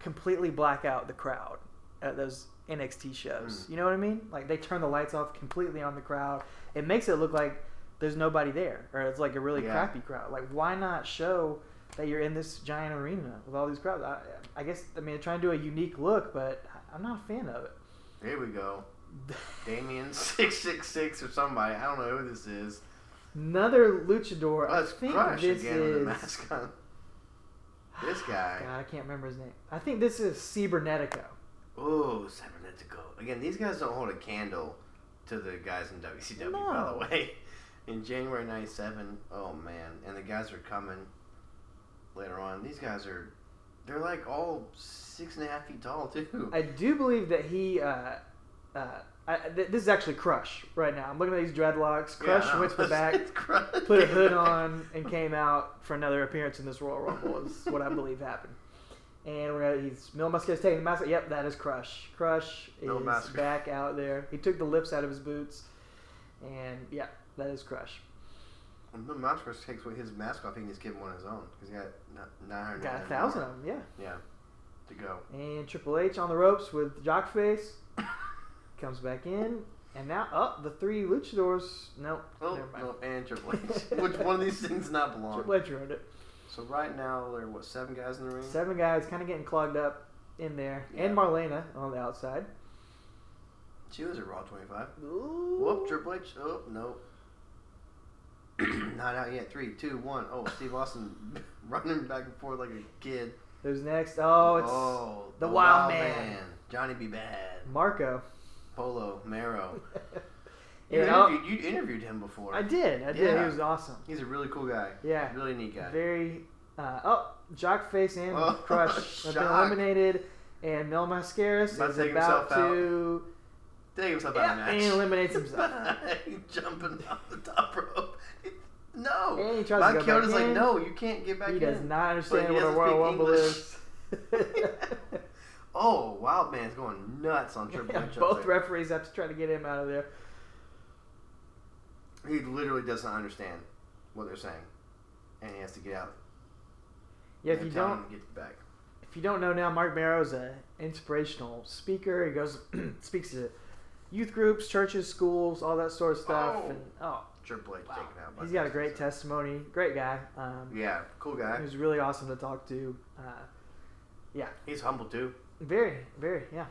B: completely black out the crowd at those NXT shows.
C: Hmm.
B: You know what I mean? Like they turn the lights off completely on the crowd. It makes it look like there's nobody there, or it's like a really
C: Yeah.
B: crappy crowd. Like why not show that you're in this giant arena with all these crowds? I, I guess I mean they're trying to do a unique look, but I- I'm not a fan of it.
C: Here we go, Damien six six six or somebody. I don't know who this is.
B: Another luchador.
C: Let's
B: I think
C: crush
B: this
C: again with
B: is.
C: the mask on. This guy.
B: God, I can't remember his name. I think this is Cibernetico.
C: Oh, Cybernetico. Again, these guys don't hold a candle to the guys in WCW, by
B: No.
C: the way. In January 97, oh man. And the guys are coming later on. These guys are, they're like all six and a half feet tall, too.
B: I do believe that he. Uh, uh, I, th- this is actually Crush right now. I'm looking at these dreadlocks. Crush
C: Yeah, I
B: went to the
C: was-
B: back,
C: Crush
B: put a
C: came
B: hood
C: back.
B: on, and came out for another appearance in this Royal Rumble. Is what I believe happened. And we're gonna, he's Mil Muscat's taking the mask. Yep, that is Crush. Crush is
C: Mil Muscat.
B: back out there. He took the lips out of his boots, and yeah, that is Crush.
C: And Bill Moskowitz takes his mask off. He can just give him one of his own. He's got ni- 900.
B: Got a thousand of them, yeah.
C: Yeah, to go.
B: And Triple H on the ropes with Jockface. Comes back in. And now up the three luchadors. Nope.
C: Oh,
B: never mind.
C: no, and Triple H. Which one of these things not belong?
B: Triple H ruined it.
C: So right now there are what seven guys in the ring?
B: Seven guys kind of getting clogged up in there.
C: Yeah.
B: And Marlena on the outside.
C: She was at Raw 25.
B: Ooh.
C: Whoop, Triple H. Oh, no. Not out yet. Three, two, one. Oh, Steve Austin running back and forth like a kid.
B: Who's next? Oh, it's
C: Oh,
B: the Wild Man.
C: Johnny B. Bad.
B: Marco.
C: Polo, Marrow. You,
B: You know,
C: interviewed, you interviewed him before.
B: I did. I did.
C: Yeah.
B: He was awesome.
C: He's a really cool guy.
B: Yeah.
C: Really neat guy.
B: Very. Uh, oh, Jockface and
C: Oh,
B: Crush have been
C: shock.
B: eliminated. And Mel Mascaris
C: About to
B: is
C: take
B: about
C: himself out.
B: to.
C: Take himself out of the
B: Yeah,
C: match.
B: and eliminates himself.
C: He's jumping off the top rope. No.
B: And he tries to
C: Mount
B: go back
C: Kyoto's like,
B: in.
C: no, you can't get back
B: He
C: in.
B: does not
C: But
B: understand
C: he
B: what a
C: doesn't
B: Royal
C: speak
B: Rumble
C: English.
B: is.
C: Oh, Wild Man's going nuts on Triple H. up
B: Both
C: there.
B: referees have to try to get him out of there.
C: He literally doesn't understand what they're saying, and he has to get out.
B: Yeah, if
C: They're
B: you
C: telling
B: don't,
C: him to get back.
B: if you don't know now, Mark Marrow's a inspirational speaker. He goes, speaks to youth groups, churches, schools, all that sort of stuff.
C: Oh.
B: And oh,
C: Triple H taken out. By
B: he's got a great
C: Dustin,
B: testimony. Great guy.
C: so-
B: Um,
C: Yeah, cool
B: he
C: guy.
B: was really awesome to talk to. Uh,
C: He's humble too.
B: very, very, yeah.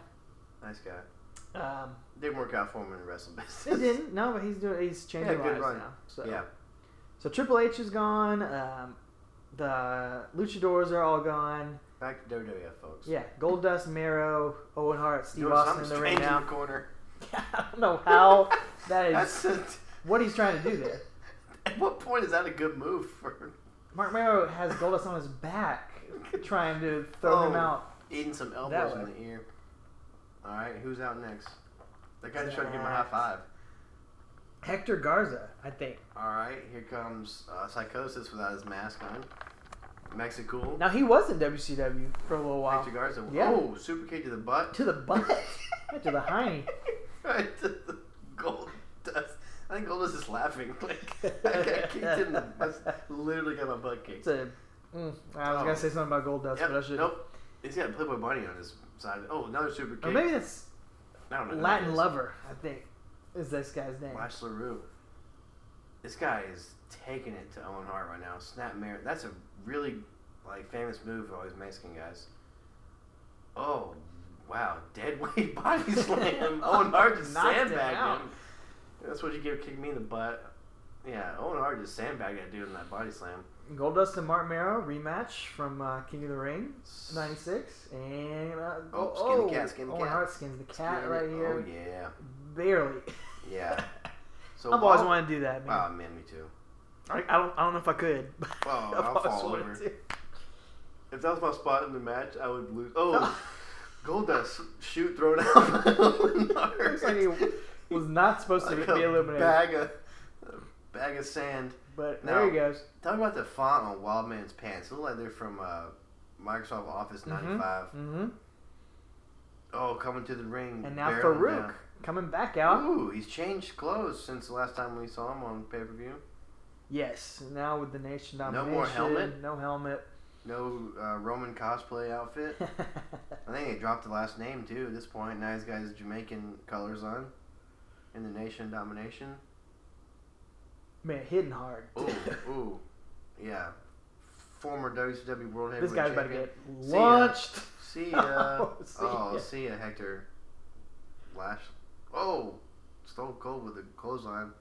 C: Nice guy.
B: Um,
C: Didn't work out for him in the wrestling
B: it
C: business.
B: didn't. No, but he's doing. He's changing
C: good
B: lives
C: run.
B: now. So.
C: Yeah.
B: So Triple H is gone. Um, the Luchadors are all gone.
C: Back to WWF, folks.
B: Yeah, Goldust, Marrow, Owen Hart, Steve
C: Doing
B: Austin in
C: something
B: the ring
C: strange in
B: now.
C: the corner.
B: I don't know how that is.
C: That's a-
B: What he's trying to do there.
C: At what point is that a good move for
B: Mark Marrow has Goldust on his back, trying to throw him
C: Oh.
B: out.
C: eating some
B: That
C: elbows in
B: way.
C: the ear? All right, who's out next? That guy just tried to give him a high five.
B: Hector Garza, I think.
C: All right, here comes uh, Psychosis without his mask on. Mexicool.
B: Now he was in WCW for a little while.
C: Hector Garza.
B: Yeah.
C: Oh, super kick to the butt.
B: To the butt, to the hiney.
C: right to the gold dust. I think Goldust is laughing. Like I got kicked in the. I literally got my butt kicked.
B: It's a. mm, I was
C: Oh.
B: gonna say something about Goldust,
C: Yep,
B: but I should.
C: Nope. He's got Playboy Bunny on his side. Oh, another super
B: Or
C: kick.
B: maybe it's
C: I don't know who that
B: Latin
C: is.
B: Lover, I think, is this guy's name.
C: Lash LaRue. This guy is taking it to Owen Hart right now. Snap mirror. That's a really like famous move for all these Mexican guys. Oh wow, dead weight body slam. Owen Hart just
B: Knocked him
C: sandbagged
B: out.
C: him. That's what you get kicking me in the butt. Yeah, Owen Hart just sandbagged that dude in that body slam.
B: Goldust and Mark Marrow rematch from uh, King of the Ring '96, and uh,
C: Oh, skin the cat, skin the
B: Owen
C: cat.
B: Hart skins the cat right
C: Oh
B: here,
C: yeah,
B: barely.
C: yeah. So
B: I've always
C: while-
B: wanted to do that, man.
C: Oh man, me too.
B: I, I don't, I don't know if I could. but
C: Well,
B: I've
C: I'll
B: always
C: fall
B: wanted
C: over.
B: to.
C: If that was my spot in the match, I would lose. Oh, Goldust shoot thrown out by Owen Hart.
B: Looks like he was not supposed to
C: Like
B: be eliminated,
C: Bag of, a bag of sand.
B: but
C: No.
B: there he goes.
C: Talk about the font on Wildman's pants. It look like they're from uh, Microsoft Office 95.
B: hmm
C: Oh, coming to the ring.
B: And now
C: barreling
B: Farouk coming back out.
C: down. Ooh, he's changed clothes since the last time we saw him on pay per view.
B: Yes, now with the nation
C: No
B: domination,
C: more helmet?
B: No helmet.
C: No uh, Roman cosplay outfit. I think they dropped the last name too at this point. Now he's got his Jamaican colors on. In the nation domination.
B: man, hitting hard.
C: Ooh, ooh, yeah. Former WCW World Heavyweight
B: this guy's about to
C: Champion.
B: get
C: See ya.
B: launched.
C: See ya.
B: Oh, see
C: oh,
B: ya.
C: see ya, Hector. Lash. Oh, Stone Cold with a clothesline.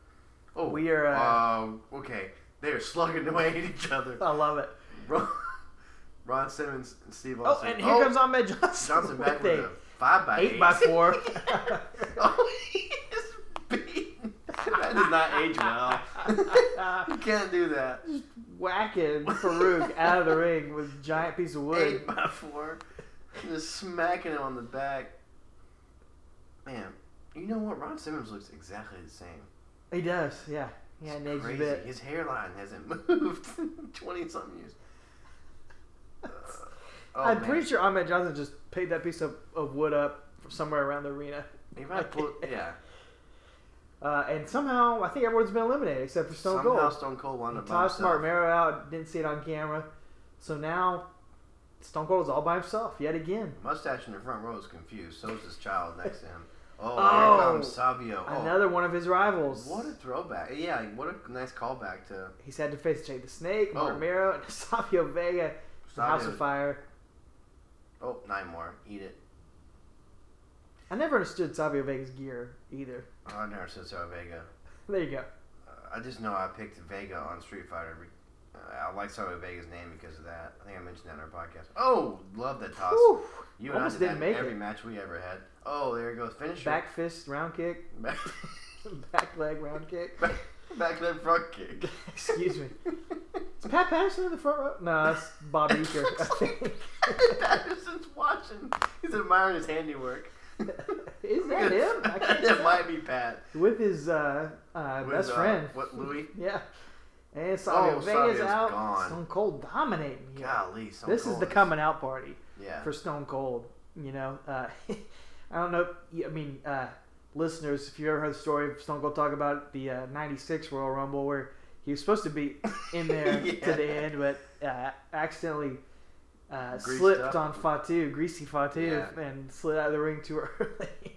C: Oh,
B: We are, uh,
C: um, okay, they are slugging away at each other.
B: I love it.
C: Ron, Ron Simmons and Steve
B: Oh,
C: Austin.
B: and here comes Ahmed Johnson.
C: Johnson back with
B: with
C: a five by
B: a eight by four.
C: oh, he is beaten. That did not age well. you can't do that.
B: Whacking Farouk out of the ring with a giant piece of wood.
C: Eight by four. Just smacking him on the back. Man, you know what? Ron Simmons looks exactly the same.
B: He does, yeah. Yeah,
C: It's
B: an age
C: crazy.
B: bit.
C: His hairline hasn't moved in 20 something years. Uh, oh,
B: I'm
C: man.
B: pretty sure Ahmed Johnson just picked that piece of, of wood up from somewhere around the arena.
C: He might pull, yeah.
B: Uh, and somehow, I think everyone's been eliminated except for Stone
C: Somehow
B: Cold.
C: Stone Cold wound
B: He
C: up by
B: tossed Mark
C: himself.
B: Merrow out, didn't see it on camera. So now Stone Cold's all by himself yet again.
C: Mustache in the front row is confused. So is his child next to him. Oh,
B: Oh.
C: here comes Savio. Oh,
B: Another one of his rivals.
C: what a throwback. Yeah, what a nice callback to
B: He's had to face Jake the Snake, Mark
C: Oh.
B: Merrow, and Savio Vega, the House
C: Savio.
B: of Fire.
C: Oh, nine more. Eat it.
B: I never understood Savio Vega's gear either.
C: Oh, I never said Savio Vega.
B: There you go.
C: Uh, I just know I picked Vega on Street Fighter. be- Uh, I like Savio Vega's name because of that. I think I mentioned that in our podcast. Oh, love that toss.
B: Whew.
C: You and I
B: Almost
C: did that
B: didn't
C: in
B: make
C: every
B: it.
C: match we ever had. Oh, there it goes. Finish
B: Back fist, round kick,
C: back,
B: back leg, round kick.
C: back, back that front kick.
B: Excuse me. Is Pat Patterson in the front row? No, that's Bob Eaker. I think.
C: Patterson's watching. He's admiring his handiwork.
B: Is that him? I can't
C: that
B: tell.
C: might be Pat.
B: With his uh, uh,
C: With,
B: best
C: uh,
B: friend.
C: What, Louis?
B: Yeah. And Savio
C: Oh,
B: Vega's
C: Savio's
B: out.
C: gone.
B: Stone Cold dominating. here.
C: Golly, Stone
B: this is
C: Cold
B: the coming out party
C: Yeah.
B: for Stone Cold. You know, uh, I don't know. I mean, uh, listeners, if you ever heard the story of Stone Cold talk about the uh, '96 Royal Rumble where he was supposed to be in there to the
C: Yeah.
B: end, but uh, accidentally uh,
C: Greased
B: slipped
C: up.
B: on Fatu, greasy Fatu,
C: Yeah.
B: and slid out of the ring too early.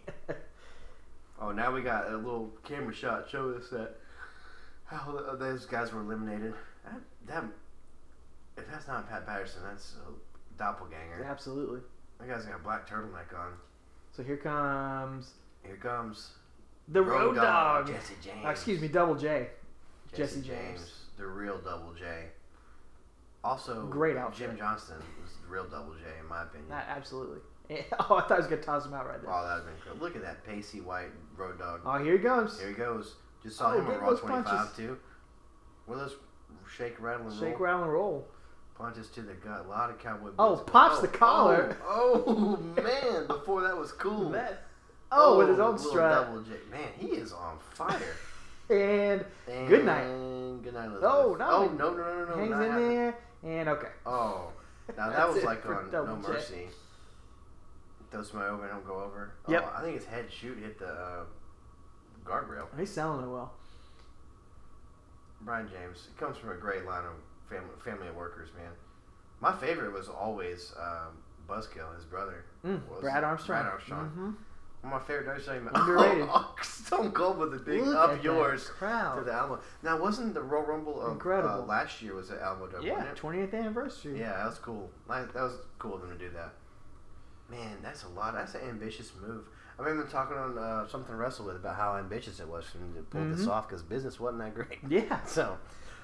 C: Oh, now we got a little camera shot showing us that how th- those guys were eliminated. That, that if that's not Pat Patterson, that's a doppelganger.
B: Absolutely.
C: That guy's got a black turtleneck on.
B: So here comes
C: Here comes
B: the Road, Dog.
C: Jesse James.
B: Oh, excuse me, Double J. Jesse James.
C: the real Double J. Also,
B: Great outfit.
C: Jim Johnston was the real Double J in my opinion.
B: Not absolutely. Oh, I thought I was gonna toss him out right there.
C: Wow, that would have been cool. Look at that pacey white road dog.
B: Oh, here he goes.
C: Here he goes. Just saw
B: Oh,
C: him on
B: get
C: Raw
B: those
C: 25
B: punches.
C: too. What are those shake, rattle, and roll?
B: Shake, rattle, and roll.
C: Punches to the gut. A lot of cowboy.
B: Oh,
C: boots.
B: pops the collar.
C: Oh, oh, man! Before that was cool.
B: Oh, with his own
C: little
B: strut.
C: Double J. Man, he is on fire.
B: And Good night.
C: And Good night, Elizabeth.
B: Oh, no.
C: Oh no no no no! no
B: hangs
C: not
B: in
C: happening.
B: there. And okay.
C: Oh, now that
B: That's
C: was
B: it
C: like
B: for
C: on No
B: Double J.
C: Mercy. Throw somebody over and don't go over.
B: Yep.
C: Oh, I think his head shoot hit the uh, guardrail.
B: He's selling it well.
C: Brian James. It comes from a great line of family family of workers, man. My favorite was always um, Buzzkill, his brother.
B: Mm,
C: was
B: Brad Armstrong.
C: Brad Armstrong.
B: Mhm.
C: One of my favorite Dutch segment.
B: Underrated.
C: Stone Cold with a big
B: Look at
C: up
B: that
C: yours to
B: crowd.
C: the Alamo. Now, wasn't the Royal Rumble of uh,
B: Incredible.
C: last year was at Alamo Dome?
B: Yeah,
C: wasn't it?
B: 20th anniversary.
C: Yeah, that was cool. Like, That was cool of them to do that. Man, that's a lot. That's an ambitious move. I remember talking on uh, something to wrestle with about how ambitious it was for them to pull this
B: Mhm.
C: off because business wasn't that great.
B: Yeah.
C: So,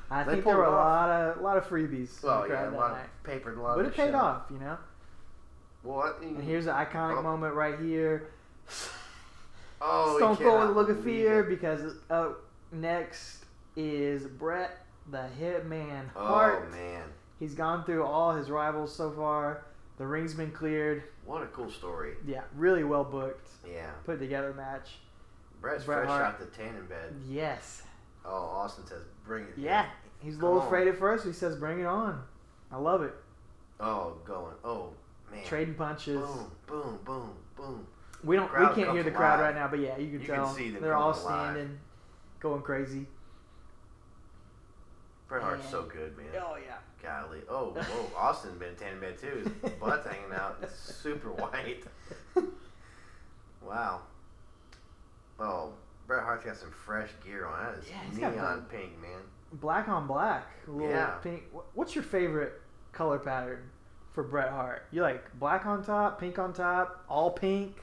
B: I
C: They
B: think there
C: pulled
B: were a
C: it off.
B: lot of lot of freebies. in the
C: well,
B: crowd
C: yeah, a
B: that
C: lot
B: night.
C: of paper, and a lot
B: but
C: of
B: it paid
C: shit.
B: off, you know.
C: Well, I think-
B: And here's an iconic
C: Oh.
B: moment right here.
C: oh, you
B: Stone Cold
C: cannot
B: with a look of
C: believe
B: fear
C: it.
B: because uh, next is Brett the Hitman
C: Oh
B: Hart.
C: man,
B: He's gone through all his rivals so far. The ring's been cleared.
C: what a cool story.
B: Yeah, really well booked.
C: Yeah,
B: Put together match.
C: Brett's
B: Bret
C: fresh
B: Hart.
C: out the tanning bed.
B: Yes.
C: Oh, Austin says, "Bring it."
B: Yeah. He's a little
C: Come on.
B: afraid at first. He says, "Bring it on." I love it.
C: Oh, going. Oh man.
B: Trading punches.
C: Boom, boom, boom, boom.
B: We don't.
C: Crowd
B: we can't hear
C: comes
B: the crowd right
C: alive.
B: now, but yeah, you can
C: You can
B: tell
C: see them
B: they're all
C: coming alive.
B: standing, going crazy.
C: Bret Hart's so
B: And-
C: good, man.
B: Oh yeah.
C: Golly. Oh, whoa. Austin been tanning bed too. His butt's hanging out. It's super white. Wow. Oh, Bret Hart's got some fresh gear on. That is
B: Yeah, he's got
C: neon pink, man.
B: black on black, a little
C: Yeah.
B: pink. Wh- What's your favorite color pattern for Bret Hart? You like black on top, pink on top, all pink.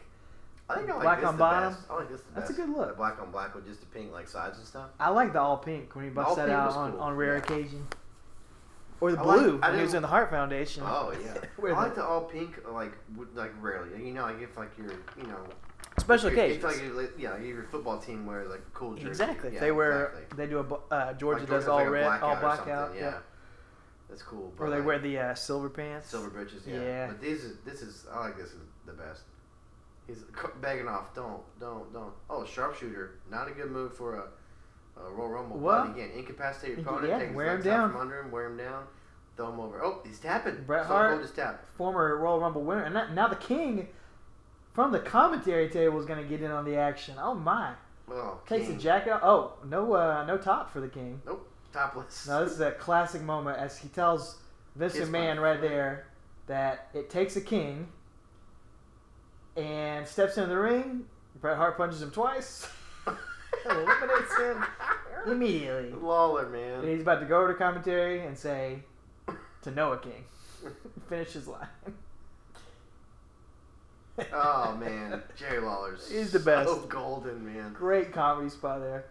C: I think I like
B: Black
C: this
B: on
C: the
B: bottom.
C: best. I like this the
B: That's a
C: best.
B: good look.
C: The black on black with just the pink like sides and stuff.
B: I like the all pink when he busts
C: All
B: that
C: pink
B: out
C: was
B: on,
C: cool,
B: on rare
C: yeah.
B: occasion, or the
C: I like-
B: blue
C: I
B: when he was
C: didn't-
B: in the Hart Foundation.
C: Oh yeah.
B: With
C: I like
B: it.
C: the all pink like w- like rarely. You know, like if like you're you know
B: special
C: if you're- if,
B: occasions.
C: like, you're, like, yeah, your football team wears like a cool jersey.
B: exactly.
C: Yeah,
B: they wear.
C: exactly.
B: They do a. bu- Uh, Georgia
C: Like,
B: does
C: has,
B: all
C: like, a
B: red, all
C: blackout or
B: black
C: something,
B: out. Yeah.
C: That's cool.
B: Or they
C: like,
B: wear the uh, silver pants.
C: silver britches. Yeah.
B: Yeah.
C: But this is this is I like this is the best. He's c- begging off. Don't don't don't. Oh, sharpshooter. Not a good move for a, a Royal Rumble.
B: Well,
C: but again, incapacitate your
B: inca-
C: opponent.
B: yeah,
C: take his
B: wear him
C: legs out
B: down.
C: From under him. Wear him down. Throw him over. Oh, he's tapping.
B: Bret
C: Stone Cold
B: Hart.
C: just tapped.
B: former Royal Rumble winner, and that- now the king from the commentary table is going to get in on the action. Oh my!
C: Oh,
B: Takes
C: king.
B: a jacket. out- Oh no, uh, no top for the king.
C: Topless.
B: Now this is a classic moment as he tells Vince
C: Kiss
B: McMahon
C: my-
B: right there that it takes a king, and steps into the ring. Bret Hart punches him twice, eliminates him immediately.
C: Lawler,
B: And
C: man.
B: he's about to go over to commentary and say to Noah King, finish his line.
C: oh man, Jerry Lawler's
B: He's the best.
C: So golden, man.
B: Great comedy spot there.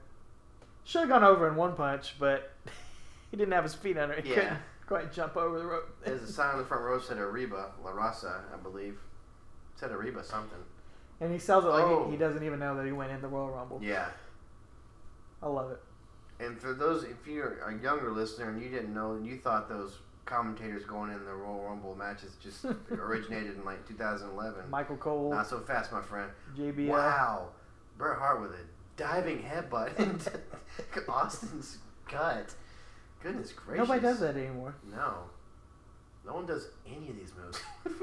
B: Should have gone over in one punch, but he didn't have his feet under. He
C: Yeah.
B: couldn't quite jump over the rope.
C: There's a sign on the front row said Arriba La Raza, I believe. It said Arriba something.
B: And he sells it like
C: Oh.
B: he, he doesn't even know that he went in the Royal Rumble.
C: Yeah.
B: I love it.
C: And for those, if you're a younger listener and you didn't know, and you thought those commentators going in the Royal Rumble matches just originated in like 2011.
B: Michael Cole,
C: Not so fast, my friend.
B: JBL.
C: Wow. Bret Hart with a diving headbutt into Austin's gut. Goodness gracious.
B: Nobody does that anymore.
C: No. No one does any of these moves.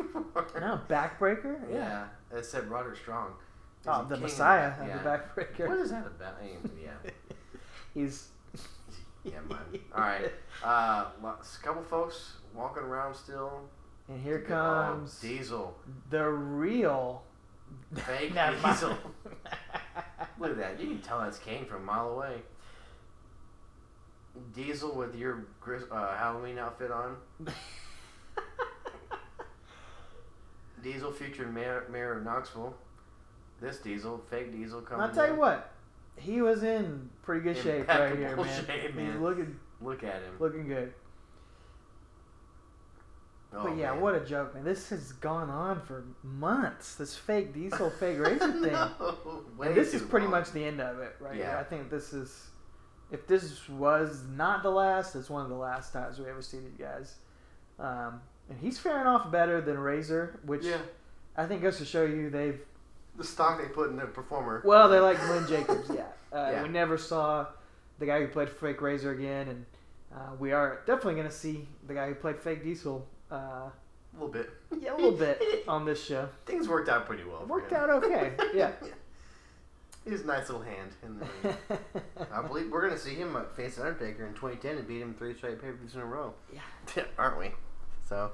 B: No, backbreaker?
C: Yeah. That said Roderick Strong. He's
B: Oh,
C: a
B: the
C: king.
B: Messiah of
C: Yeah.
B: the backbreaker.
C: What is that about? I mean, Yeah.
B: He's.
C: Yeah, mine. All right. Uh, lots, couple folks walking around still.
B: And here
C: Oh,
B: comes
C: Diesel.
B: the real.
C: Fake
B: Never mind.
C: Diesel. Look at that. You can tell that's King from a mile away. Diesel with your gris- uh, Halloween outfit on. Diesel featured mayor, mayor of Knoxville. This Diesel, fake Diesel coming.
B: I'll tell you
C: in.
B: what, he was in pretty good shape right here,
C: Impeccable
B: man.
C: shape,
B: He's
C: man.
B: looking
C: Look at him.
B: looking good.
C: Oh,
B: but yeah,
C: man.
B: what a joke, man. This has gone on for months. This fake diesel fake razor thing.
C: No, way
B: and this is
C: too
B: pretty
C: long.
B: much the end of it, right? here.
C: Yeah.
B: I think this is if this was not the last, it's one of the last times we ever see these guys. Um, and he's faring off better than Razor, which
C: Yeah.
B: I think goes to show you they've
C: The stock they put in the performer.
B: Well, they like Glenn Jacobs. Yeah. Uh,
C: Yeah.
B: we never saw the guy who played Fake Razor again, and uh, we are definitely going to see the guy who played Fake Diesel. Uh,
C: A little bit.
B: yeah, a little bit on this show.
C: Things worked out pretty well. for
B: Worked
C: him.
B: out okay. Yeah.
C: His nice little hand in the ring. I believe we're gonna see him uh, face Undertaker in 2010 and beat him three straight pay-per-views in a row.
B: Yeah.
C: aren't we? So,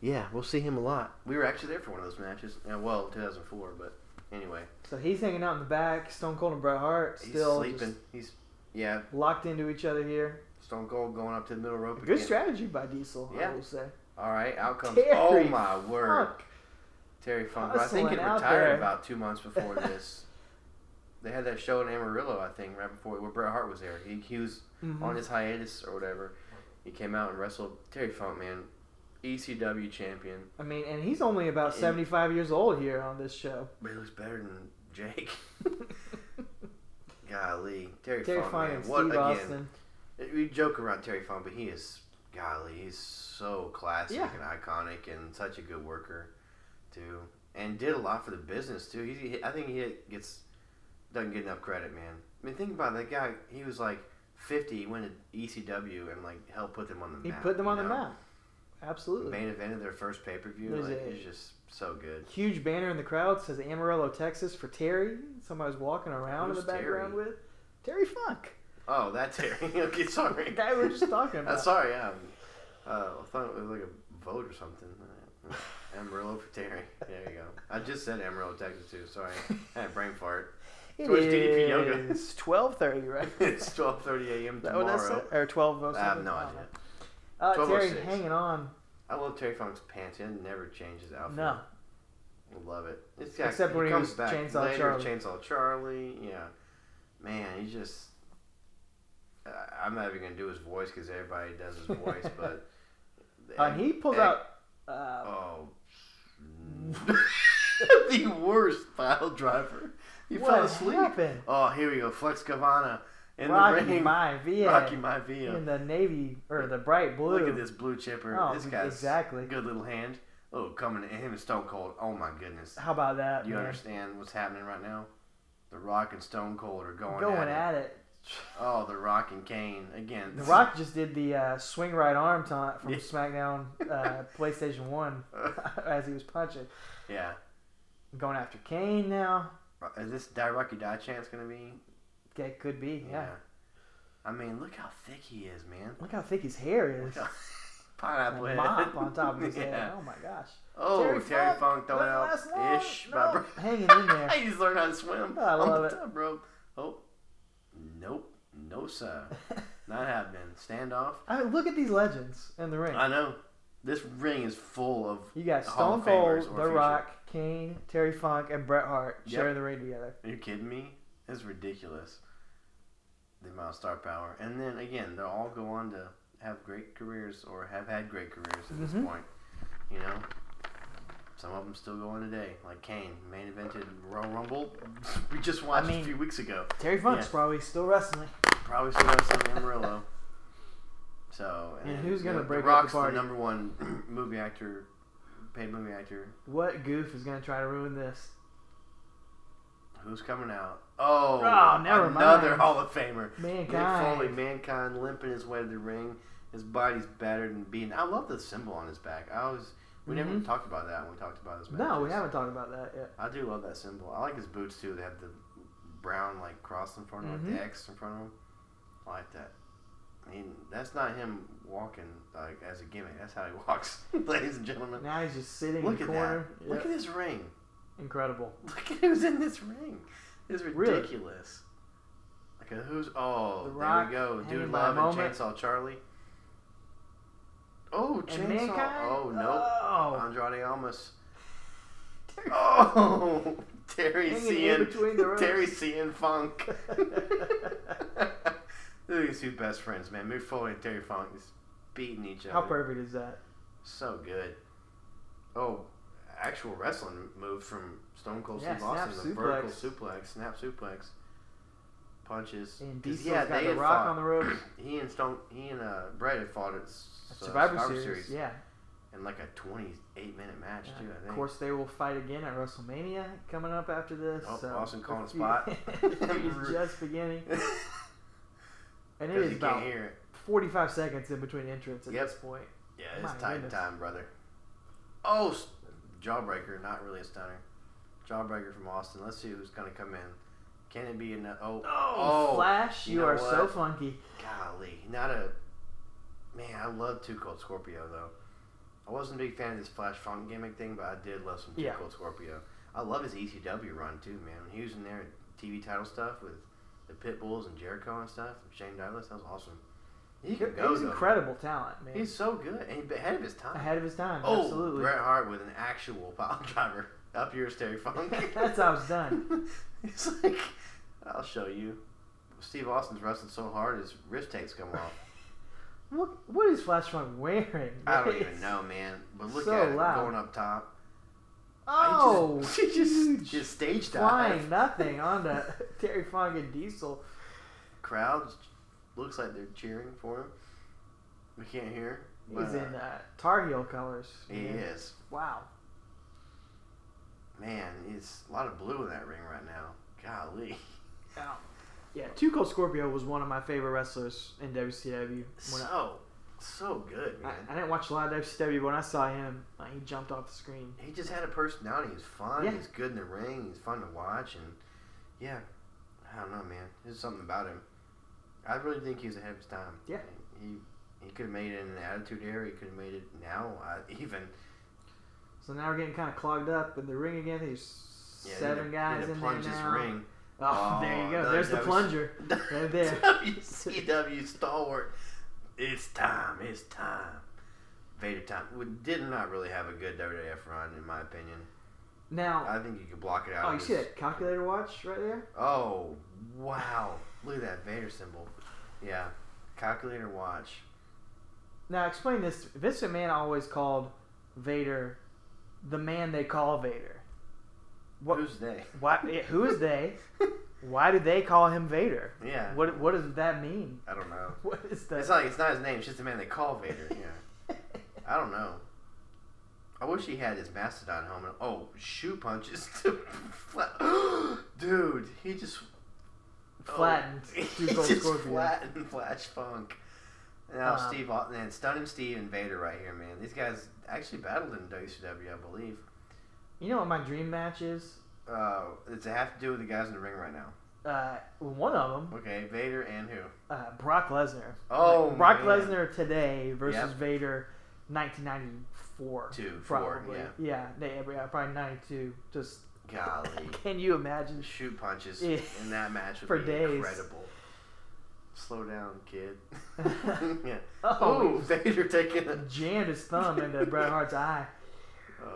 C: Yeah, we'll see him a lot. We were actually there for one of those matches. Uh, well, 2004, but anyway.
B: So he's hanging out in the back. Stone Cold and Bret Hart
C: He's
B: still
C: sleeping. He's, yeah,
B: just locked into each other here.
C: Stone Cold going up to the middle rope.
B: Good
C: again.
B: strategy by Diesel,
C: Yeah.
B: I will say.
C: All right, out comes.
B: Terry
C: oh, my word.
B: Fuck.
C: Terry Funk. Well, I think he
B: Hustling out
C: retired
B: there.
C: about two months before this. they had that show in Amarillo, I think, right before where Bret Hart was there. He, he was
B: Mhm.
C: on his hiatus or whatever. He came out and wrestled Terry Funk, man, ECW champion.
B: I mean, and he's only about
C: And-
B: 75 years old here on this show.
C: But he looks better than Jake. golly, Terry,
B: Terry
C: Funk,
B: Funk
C: man,
B: and
C: what
B: Steve
C: again?
B: Austin.
C: We joke around Terry Funk, but he is, golly, he's so classic
B: Yeah.
C: and iconic and such a good worker, too. And did a lot for the business too. He, he I think he gets doesn't get enough credit, man. I mean, think about it, that guy. He was like fifty. He went to ECW and like helped put them on the
B: He
C: map.
B: put them
C: you
B: on the
C: know?
B: map. Absolutely.
C: Main event of their first pay per view.
B: What is
C: Like,
B: it?
C: it's just so good.
B: Huge banner in the crowd says Amarillo, Texas for Terry. Somebody was walking around
C: Who's
B: in the background
C: Terry?
B: with Terry Funk.
C: Oh, that Terry. okay, sorry.
B: The guy we were just talking
C: Uh,
B: about.
C: sorry, yeah. Uh, I thought it was like a vote or something. Uh, Amarillo for Terry. There you go. I just said Amarillo, Texas, too. Sorry. I had a brain fart.
B: It
C: Towards DDP E yoga.
B: is 12:30, right?
C: it's 12.30 a.m.
B: Is that what that
C: tomorrow.
B: said? Oh. Or 12:07?
C: I have no
B: I don't
C: idea.
B: know. Uh, Terry
C: 12:06.
B: hanging on.
C: I love Terry Funk's pants. He never changes outfit.
B: No.
C: I love it. It's got,
B: Except when he
C: comes
B: was
C: back
B: Chainsaw
C: later,
B: Charlie.
C: Chainsaw Charlie. Yeah. Man, he's just... I- I'm not even going to do his voice because everybody does his voice, but...
B: And Uh, he pulled
C: Ec-
B: out. Uh,
C: Oh. the worst pile driver. He
B: What
C: fell asleep.
B: happened?
C: Oh, here we go. Flex Cavana in the
B: Rocky
C: ring.
B: Maivia.
C: Rocky Maivia.
B: in the navy or the bright blue.
C: Look at this blue chipper.
B: Oh,
C: this guy's
B: exactly.
C: good little hand. Oh, coming at him and Stone Cold. Oh my goodness.
B: How about that?
C: You
B: Ah, man?
C: understand what's happening right now? The Rock and Stone Cold are going,
B: Going at
C: at, it.
B: it.
C: Oh, The Rock and Kane again.
B: The Rock just did the uh, swing right arm taunt from
C: Yeah.
B: SmackDown uh, PlayStation One as he was punching.
C: Yeah.
B: Going after Kane now.
C: Is this Die Rocky Die Chance gonna be?
B: That could be. Yeah.
C: I mean, look how thick he is, man.
B: Look how thick his hair is.
C: Look how- Pineapple
B: That
C: head.
B: mop on top of his head.
C: Yeah.
B: Oh my gosh.
C: Oh, Terry,
B: Terry Funk,
C: Funk throwing
B: that
C: out
B: last one,
C: ish by
B: no,
C: Bro.
B: hanging in there.
C: I just learned how to swim.
B: I love
C: on
B: it.
C: the Top, bro. Oh, nope, no sir, not happening. Stand off.
B: I mean, look at these legends in the ring.
C: I know this ring is full of
B: You got Stone
C: Hall of Famers
B: Cold,
C: or
B: The
C: future.
B: Rock, Kane, Terry Funk, and Bret Hart
C: Yep.
B: sharing the ring together.
C: Are you kidding me? It's ridiculous. The amount of star power, and then again, they'll all go on to have great careers or have had great careers at this
B: Mhm.
C: point. You know, some of them still going today, like Kane, main evented Royal Rumble. we just watched
B: mean-
C: a few weeks ago.
B: Terry Funk's
C: Yeah.
B: probably still wrestling.
C: Probably still has some Amarillo. So, and,
B: And
C: then,
B: who's
C: you
B: gonna
C: know, The
B: break up the
C: Rock's
B: party?
C: number one movie actor, paid movie actor.
B: What goof is going to try to ruin this?
C: Who's coming out? Oh,
B: Oh, never
C: another
B: mind.
C: Hall of Famer.
B: Mankind.
C: Mick Foley, mankind, limping his way to the ring. His body's battered and beaten. I love the symbol on his back. I always we never
B: Mhm.
C: talked about that when we talked about this.
B: No, we haven't talked about that yet.
C: I do love that symbol. I like his boots too. They have the brown like cross in front of him,
B: Mhm.
C: like the X in front of him. I like that. I mean, that's not him walking like as a gimmick. That's how he walks, ladies and gentlemen.
B: Now he's just sitting
C: Look
B: in
C: at
B: the corner.
C: that. Look
B: Yep.
C: at this ring.
B: Incredible.
C: Look at who's in this ring. It's
B: Really?
C: ridiculous. Like a who's oh
B: The
C: there
B: Rock,
C: we go,
B: Hanging
C: dude
B: by a
C: love and
B: Moment.
C: Chainsaw Charlie. Oh
B: And
C: Chainsaw!
B: mankind?
C: Oh no,
B: Oh.
C: Andrade Almas.
B: Terry
C: Oh, Terry
B: Hanging in
C: seeing
B: between the ropes.
C: Terry seeing Funk. These two best friends, man. Mick Foley and Terry Funk just beating each other.
B: How perfect is that?
C: So good. Oh, actual wrestling move from Stone Cold
B: Yeah,
C: Steve Austin, the
B: snap
C: vertical
B: suplex.
C: suplex, snap suplex, punches.
B: And
C: 'Cause,
B: Diesel's got the
C: had
B: rock
C: fought.
B: on the ropes.
C: He and Stone, he and uh, Brett had fought at S- uh,
B: Survivor, Series. Yeah.
C: in like a twenty-eight minute match too. I think.
B: Of course, they will fight again at WrestleMania coming up after this.
C: Oh,
B: so
C: Austin calling
B: the
C: a
B: feud-
C: spot.
B: the feud is just beginning, and it
C: Because
B: is
C: you
B: about
C: can't hear it.
B: 45 seconds in between entrance at
C: Yep.
B: this point.
C: Yeah,
B: Oh My
C: it's tight
B: goodness.
C: time, brother. Oh, s- jawbreaker, not really a stunner. Jawbreaker from Austin. Let's see who's gonna come in. Can it be an oh
B: Flash, you,
C: know
B: are so
C: what?
B: funky.
C: golly, not a man. I love Two Cold Scorpio though. I wasn't a big fan of this Flash Funk gimmick thing, but I did love some Too
B: Yeah.
C: Cold Scorpio. I love his ECW run too, man. When he was in there, TV title stuff with the Pit Bulls and Jericho and stuff. Shane Douglas, that was awesome. He could go.
B: He's
C: though.
B: incredible talent, man.
C: He's so good, and he's ahead of his time.
B: ahead of his time.
C: oh,
B: absolutely.
C: Bret Hart with an actual pile driver up your Terry Funk.
B: That's how it's done.
C: He's like, I'll show you. Steve Austin's wrestling so hard his wrist tapes come off.
B: What what is Flash Funk wearing?
C: I don't
B: It's-
C: even know, man. But look
B: So
C: at him
B: loud.
C: going up top.
B: Oh,
C: he just, he
B: huge
C: just, just stage
B: flying
C: dive.
B: nothing onto Terry Funk and Diesel.
C: Crowds looks like they're cheering for him. We can't hear. but,
B: He's in
C: uh,
B: uh, Tar Heel colors.
C: He
B: man.
C: is.
B: Wow.
C: Man, it's a lot of blue in that ring right now. Golly.
B: Wow. Yeah, Two Cold Scorpio was one of my favorite wrestlers in WCW. When I,
C: So, so good,
B: I,
C: man.
B: I didn't watch a lot of WCW. When I saw him, uh, he jumped off the screen.
C: he just had a personality. He's fun.
B: Yeah.
C: He's good in the ring. He's fun to watch. And yeah, I don't know, man. There's something about him. I really think he's ahead of his time.
B: Yeah.
C: He he could have made it in an attitude era. He could have made it now. I, even
B: So now we're getting kind of clogged up in the ring again. There's
C: yeah,
B: seven
C: he'd
B: guys
C: have- he'd have
B: in there
C: plunged
B: now.
C: His ring.
B: Oh, there you go. There's the
C: W-
B: plunger. Right there.
C: WCW stalwart. It's time. It's time. Vader time. We did not really have a good WWF run, in my opinion.
B: Now,
C: I think you could block it out.
B: oh, you
C: with-
B: see that calculator watch right there?
C: Oh, wow. Look at that Vader symbol. Yeah. Calculator watch.
B: Now explain this. Vince McMahon always called Vader the man they call Vader. What?
C: Who's they?
B: why, yeah, who is they? Why do they call him Vader?
C: Yeah.
B: What What does that mean?
C: I don't know.
B: What is that?
C: It's like it's not his name. It's just the man they call Vader. Yeah. I don't know. I wish he had his Mastodon helmet. Oh, shoe punches. to fla- Dude, he just
B: Flattened.
C: Oh, he
B: Two Cold
C: just
B: Scorpio.
C: flattened Flash Funk. Now
B: Um,
C: Steve Austin, man, stunning Steve and Vader right here, man. These guys actually battled in WCW, I believe.
B: You know what my dream match is?
C: Uh, does it have to do with the guys in the ring right now?
B: Uh, one of them,
C: Okay, Vader and who?
B: uh, Brock Lesnar.
C: Oh,
B: Brock
C: man.
B: Lesnar today versus
C: Yep.
B: Vader, 1994.
C: Two, four,
B: probably. yeah. Yeah, yeah, probably 92. Just
C: Golly,
B: can you imagine?
C: shoot punches
B: Yeah.
C: in that match would
B: For
C: be
B: days.
C: incredible. Slow down, kid. yeah.
B: Oh.
C: Oh, Vader taking a.
B: jammed his thumb into Bret Hart's eye.
C: Uh,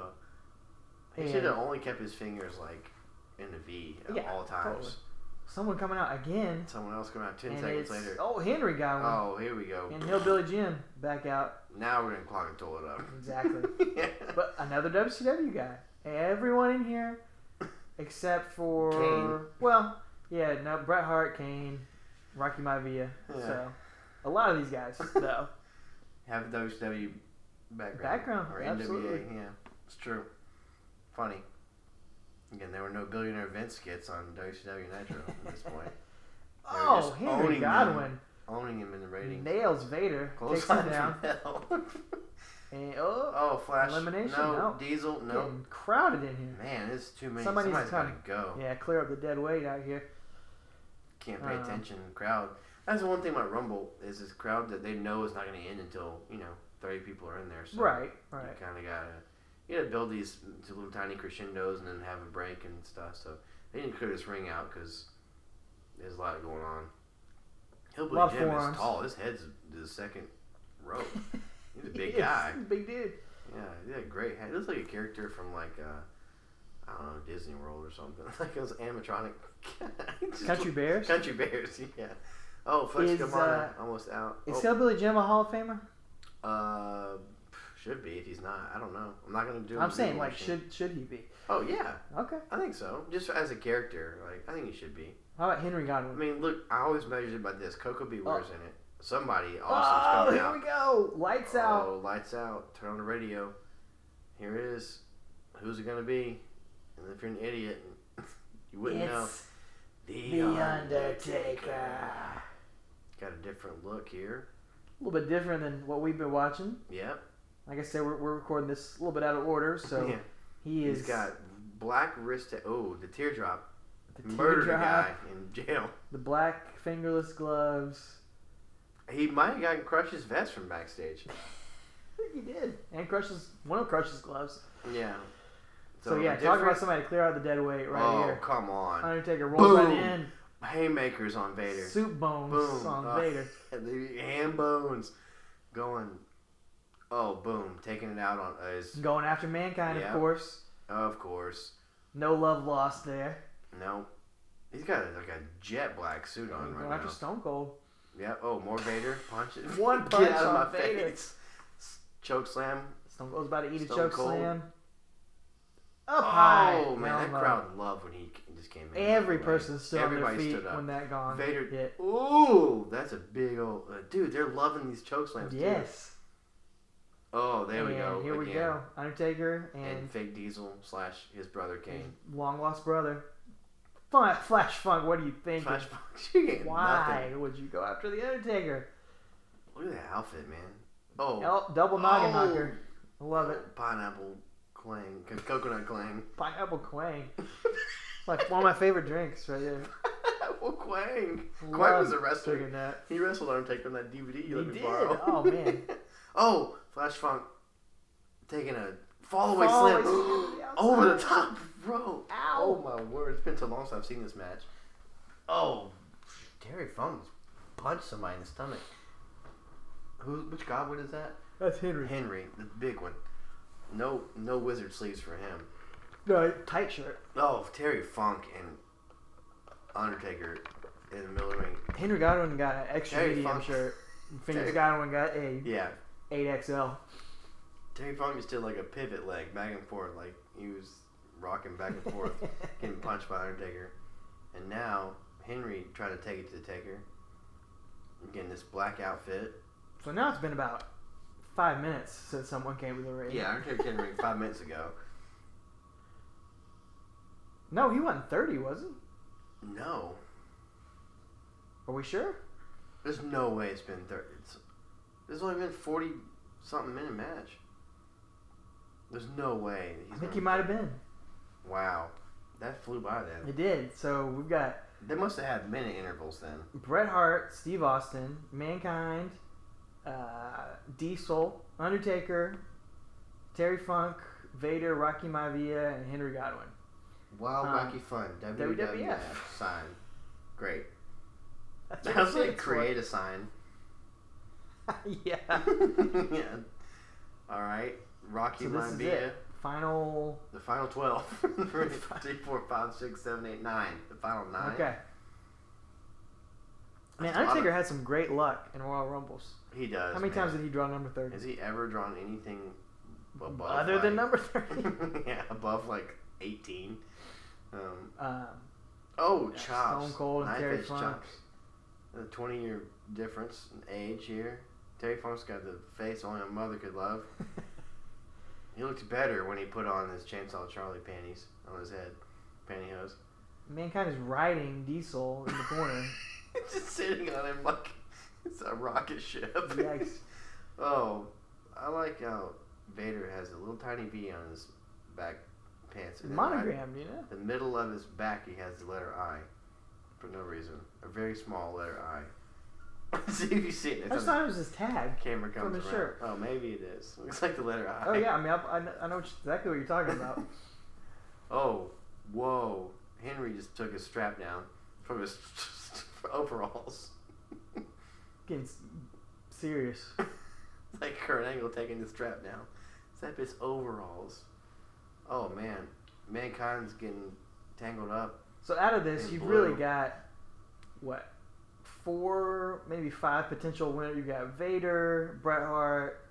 C: he
B: And-
C: should have only kept his fingers like in the V at
B: Yeah,
C: all times.
B: totally. Someone coming out again,
C: Someone else come out ten
B: and
C: seconds
B: it's
C: later.
B: oh Henry got one,
C: Oh, here we go.
B: and Hillbilly Jim back out.
C: Now we're gonna clog the toilet up.
B: Exactly.
C: yeah.
B: But another WCW guy. Everyone in here except for
C: Kane.
B: well, yeah, no Bret Hart, Kane, Rocky Maivia.
C: Yeah.
B: So a lot of these guys though.
C: have a WCW background.
B: Background,
C: Or
B: absolutely.
C: NWA, yeah. It's true. Funny. Again, there were no billionaire event skits on WCW Nitro at this point. They were
B: oh,
C: just
B: Henry
C: owning
B: Godwin
C: Owning him in the ratings.
B: nails Vader,
C: Close
B: takes him
C: line
B: down,
C: from hell.
B: and oh,
C: oh, Flash.
B: Elimination?
C: No.
B: No.
C: Diesel. No.
B: getting crowded in here.
C: Man, it's too many.
B: Somebody's
C: Somebody's got to
B: coming.
C: go.
B: Yeah, clear up the dead weight out here.
C: Can't pay
B: Uh.
C: attention. Crowd. That's the one thing about Rumble is this crowd that they know is not going to end until you know thirty people are in there. So
B: right,
C: You
B: right.
C: kind of gotta you gotta build these to little tiny crescendos and then have a break and stuff. So they didn't clear this ring out because there's a lot going on. Hillbilly
B: Lot of
C: Jim
B: forearms.
C: is tall. His head's the second row. He's a big
B: Yes,
C: guy.
B: Big dude.
C: Yeah, he had a great head. He looks like a character from like uh, I don't know Disney World or something. Like those animatronic Just-
B: Country Bears?
C: Country Bears. Yeah. Oh, Flex
B: Is, uh,
C: Gamana almost out.
B: Is
C: Oh.
B: Hillbilly Jim a Hall of Famer?
C: Uh, should be if he's not. I don't know. I'm not gonna do.
B: I'm
C: a
B: saying
C: Google
B: like
C: machine.
B: should should he be?
C: Oh yeah,
B: Okay.
C: I think so. Just as a character, like I think he should be.
B: How about Henry
C: I
B: Godwin?
C: mean, look, I always measured it by this. Coco Beware's in it. Somebody
B: Oh,
C: awesome's coming
B: here
C: out.
B: we go! Lights out.
C: Oh, lights out. Turn on the radio. Here it is. Who's it gonna be? And if you're an idiot, you wouldn't know.
B: It's The Undertaker.
C: Got a different look here.
B: A little bit different than what we've been watching.
C: Yep.
B: Like I said, we're, we're recording this a little bit out of order, so
C: yeah.
B: he is
C: He's got black wrist. Ta- oh, the teardrop.
B: the
C: Murdered a
B: teardrop,
C: guy in jail.
B: the black fingerless gloves.
C: He might have gotten Crush's vest from backstage.
B: think he did. And crushes one of Crush's gloves.
C: Yeah.
B: So, yeah, talk about somebody to clear out the dead weight right
C: oh,
B: here. Uh,
C: come on.
B: Undertaker rolls right
C: Boom.
B: in.
C: Haymakers on Vader.
B: Soup bones
C: boom.
B: on
C: Uh,
B: Vader.
C: the hand bones going. Oh, boom. Taking it out on us.
B: Going after mankind,
C: Yeah.
B: of course.
C: Of course.
B: No love lost there.
C: No. He's got like a jet black suit on
B: Going
C: right
B: after
C: now.
B: Stone Cold.
C: Yeah. Oh, more Vader. Punch it.
B: One
C: Get
B: punch
C: out of
B: on
C: my
B: Vader.
C: face. S- Choke slam.
B: Stone Cold's about to eat a
C: Stone
B: choke
C: Cold.
B: slam. Up high.
C: Oh man,
B: down
C: that
B: low.
C: crowd loved when he c- just came in.
B: Every
C: Like,
B: person stood on their
C: everybody
B: feet
C: stood up.
B: when that gong
C: Vader.
B: hit.
C: Ooh, that's a big old uh, dude. They're loving these choke slams. dude.
B: Yes.
C: Oh, there we
B: And
C: go.
B: Here we
C: again.
B: go. Undertaker and,
C: And Fake Diesel slash his brother Kane.
B: his long lost brother. Fun, Flash Funk, what do you think?
C: Flashbox, you get
B: Why
C: nothing.
B: would you go after the Undertaker?
C: Look at that outfit, man. Oh,
B: El- double noggin
C: Oh.
B: knocker. I love it.
C: pineapple clang, co- coconut clang,
B: Pineapple Quang. It's like one of my favorite drinks right there.
C: pineapple quang. Quang
B: Love
C: was a wrestler.
B: drinking that.
C: He wrestled Undertaker on that DVD you let
B: He
C: me
B: did.
C: borrow.
B: Oh, man.
C: oh, Flash Funk taking a fall away
B: Fall
C: slam
B: away slam to the outside.
C: over the top rope.
B: Ow.
C: Oh my word! It's been so long since I've seen this match. Oh, Terry Funk punched somebody in the stomach. Who? Which Godwin is that?
B: That's Henry.
C: Henry, the big one. No, no wizard sleeves for him.
B: No, tight shirt.
C: Oh, Terry Funk and Undertaker in the middle of the ring.
B: Henry Godwin got an extra
C: Terry
B: medium
C: Funk.
B: shirt. Phoenix
C: Terry-
B: Godwin got a
C: Yeah,
B: 8XL.
C: Terry Funk is still like a pivot leg, back and forth. Like he was rocking back and forth, getting punched by Undertaker. And now Henry tried to take it to the Taker. Again, this black outfit.
B: So now it's been about five minutes since someone came to the ring.
C: Yeah, Undertaker came to the ring five minutes ago.
B: No, he wasn't 30, was he?
C: No,
B: Are we sure?
C: there's no way it's been thirty. It's, there's only been forty something minute match. There's no way. that he's
B: I think
C: gonna
B: he
C: be
B: might have been.
C: Wow, that flew by then.
B: It did. So we've got
C: They must have had minute intervals then.
B: Bret Hart, Steve Austin, Mankind, uh, Diesel, Undertaker, Terry Funk, Vader, Rocky Maivia, and Henry Godwin.
C: Wild
B: Um,
C: Wacky Fun WWF
B: WWF.
C: sign. Great.
B: That's
C: I was
B: it
C: like,
B: stands for.
C: create a sign.
B: yeah.
C: yeah. All right. Rocky
B: So this is
C: Maivia,
B: it. Final.
C: the final twelve. Three, four, five, six, seven, eight, nine. The final nine.
B: Okay. Man,
C: That's a lot
B: Undertaker
C: of-
B: had some great luck in Royal Rumbles.
C: He does.
B: How many
C: man.
B: times did he draw number 30?
C: has he ever drawn anything above
B: Other than
C: like-
B: number 30.
C: yeah, above like eighteen. Um,
B: um,
C: oh,
B: Yeah,
C: chops.
B: Stone Cold and
C: Knife
B: Terry
C: edge
B: Funk.
C: A twenty-year difference in age here. Terry Funk's got the face only a mother could love. He looked better when he put on his Chainsaw Charlie panties on his head, pantyhose.
B: Mankind is riding Diesel in the corner.
C: Just sitting on him like it's a rocket ship.
B: Yikes.
C: oh, I like how Vader has a little tiny V on his back pants. and then right-
B: Monogrammed, you know?
C: the middle of his back, he has the letter I, for no reason. A very small letter I. see if you see
B: I
C: it. It's
B: just
C: on
B: thought it was his tag.
C: the camera
B: from
C: comes
B: his
C: around.
B: shirt.
C: Oh, maybe it is. Looks like the letter I.
B: Oh, yeah. I mean, I, I kn- I know exactly what you're talking about.
C: Oh, whoa. Henry just took his strap down from his overalls.
B: Getting s- serious.
C: it's like Kurt Angle taking the strap down. Except it's overalls. Oh, man. Mankind's getting tangled up.
B: So out of this,
C: And
B: you've
C: blue.
B: really got what four, maybe five potential winners. You've got Vader, Bret Hart,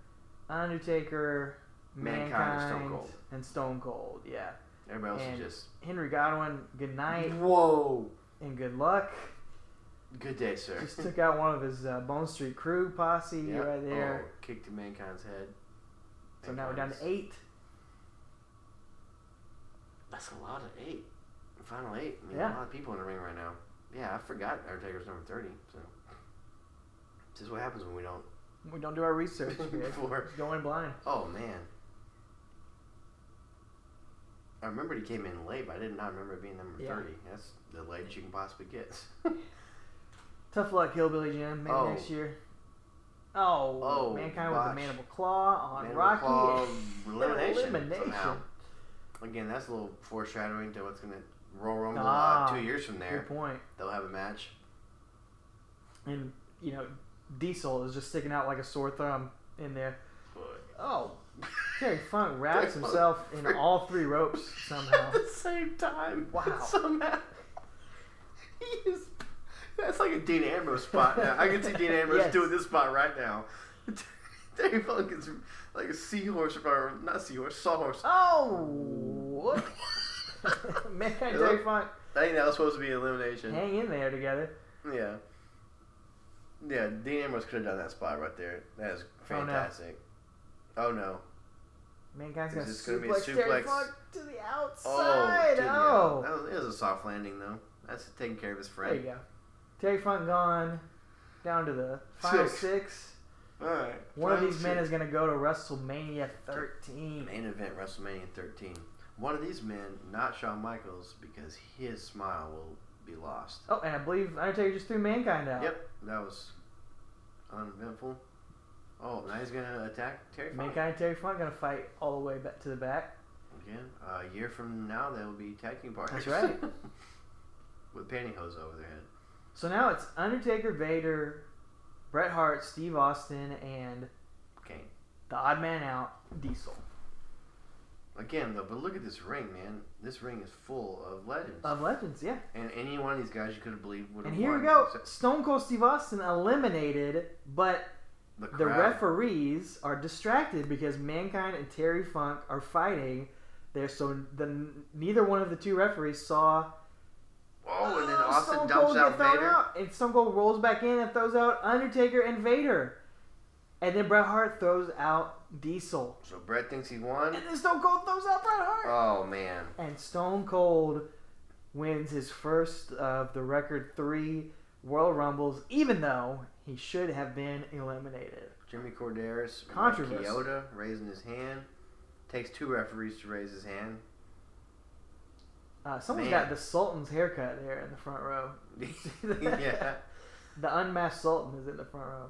B: Undertaker, Mankind,
C: Mankind and Stone Cold.
B: and Stone Cold. Yeah,
C: Everybody else
B: And-
C: is
B: Henry Godwin. Good night
C: just. Whoa!
B: and good luck.
C: Good day, sir.
B: Just took out one of his uh, Bone Street Crew posse
C: Yep.
B: right there.
C: Oh, kick to Mankind's head.
B: so now we're down to
C: Mankind's-
B: eight.
C: That's a lot of eight. Final eight. I mean,
B: Yeah.
C: A lot of people in the ring right now. Yeah, I forgot Undertaker's number 30. So. This is what happens when we don't.
B: We don't do our research. We're
C: Four.
B: going blind.
C: Oh, man. I remembered he came in late, but I did not remember it being number
B: Yeah.
C: 30. That's the latest you can possibly get.
B: Tough luck, Hillbilly Jim. Maybe
C: Oh.
B: next year. Oh,
C: Oh,
B: Mankind
C: gosh.
B: with a Mandible Claw on
C: Man with
B: Rocky.
C: Claw elimination.
B: Elimination.
C: somehow. Again, that's a little foreshadowing to what's going to Royal Rumble
B: Ah,
C: uh, two years from there.
B: Good point.
C: They'll have a match.
B: And, you know, Diesel is just sticking out like a sore thumb in there. Oh, Terry Funk wraps himself in all three ropes somehow.
C: At the same time.
B: Wow.
C: Somehow. He is. That's like a Dean Ambrose spot now. I can see Dean Ambrose
B: Yes.
C: doing this spot right now. Terry Funk is like a seahorse, or not seahorse, sawhorse.
B: Oh, Mankind and Terry Funk
C: I think that was supposed to be elimination.
B: hang in there together.
C: Yeah. Yeah, Dean Ambrose could have done that spot right there. That is
B: Oh, no.
C: fantastic. Oh no.
B: Mankind's
C: Is
B: gonna
C: this
B: suplex,
C: gonna be a
B: Terry
C: suplex?
B: Funk to the
C: Oh,
B: outside.
C: dude, yeah.
B: Oh,
C: That was, it was a soft landing though. That's taking care of his
B: there you
C: friend.
B: go. Terry Funk gone down to the final
C: Six.
B: six.
C: All right.
B: One of these men is gonna go to WrestleMania 13.
C: main event WrestleMania 13. One of these men, not Shawn Michaels, because his smile will be lost.
B: Oh, and I believe Undertaker just threw Mankind out.
C: Yep, that was uneventful. Oh, now he's gonna attack Terry Funk
B: Mankind and Terry Funk gonna fight all the way back to the back.
C: again. a year from now, they will be tag team partners.
B: That's right.
C: With pantyhose over their head.
B: So now it's Undertaker, Vader, Bret Hart, Steve Austin, and
C: Okay.
B: the odd man out, Diesel.
C: Again, though, but look at this ring, man. This ring is full of legends.
B: Of Legends, yeah.
C: and any one of these guys you could have believed would have
B: And here
C: won.
B: we go.
C: Except
B: Stone Cold Steve Austin eliminated, but
C: The,
B: the
C: crowd.
B: referees are distracted because Mankind and Terry Funk are fighting there. So the, neither one of the two referees saw.
C: Oh, and then
B: Oh,
C: Austin
B: Stone
C: dumps
B: Cold
C: out
B: get thrown
C: Vader.
B: out, and Stone Cold rolls back in and throws out Undertaker and Vader, and then Bret Hart throws out Diesel,
C: So Brett thinks he won.
B: and then Stone Cold throws out Bret Hart.
C: Oh man.
B: and Stone Cold wins his first of the record three World Rumbles, even though he should have been eliminated.
C: Jimmy Corderas,
B: Controversy.
C: Kyoto raising his hand. Takes two referees to raise his hand.
B: Uh, someone's
C: Man.
B: got the Sultan's haircut there in the front row.
C: yeah.
B: The unmasked Sultan is in the front row.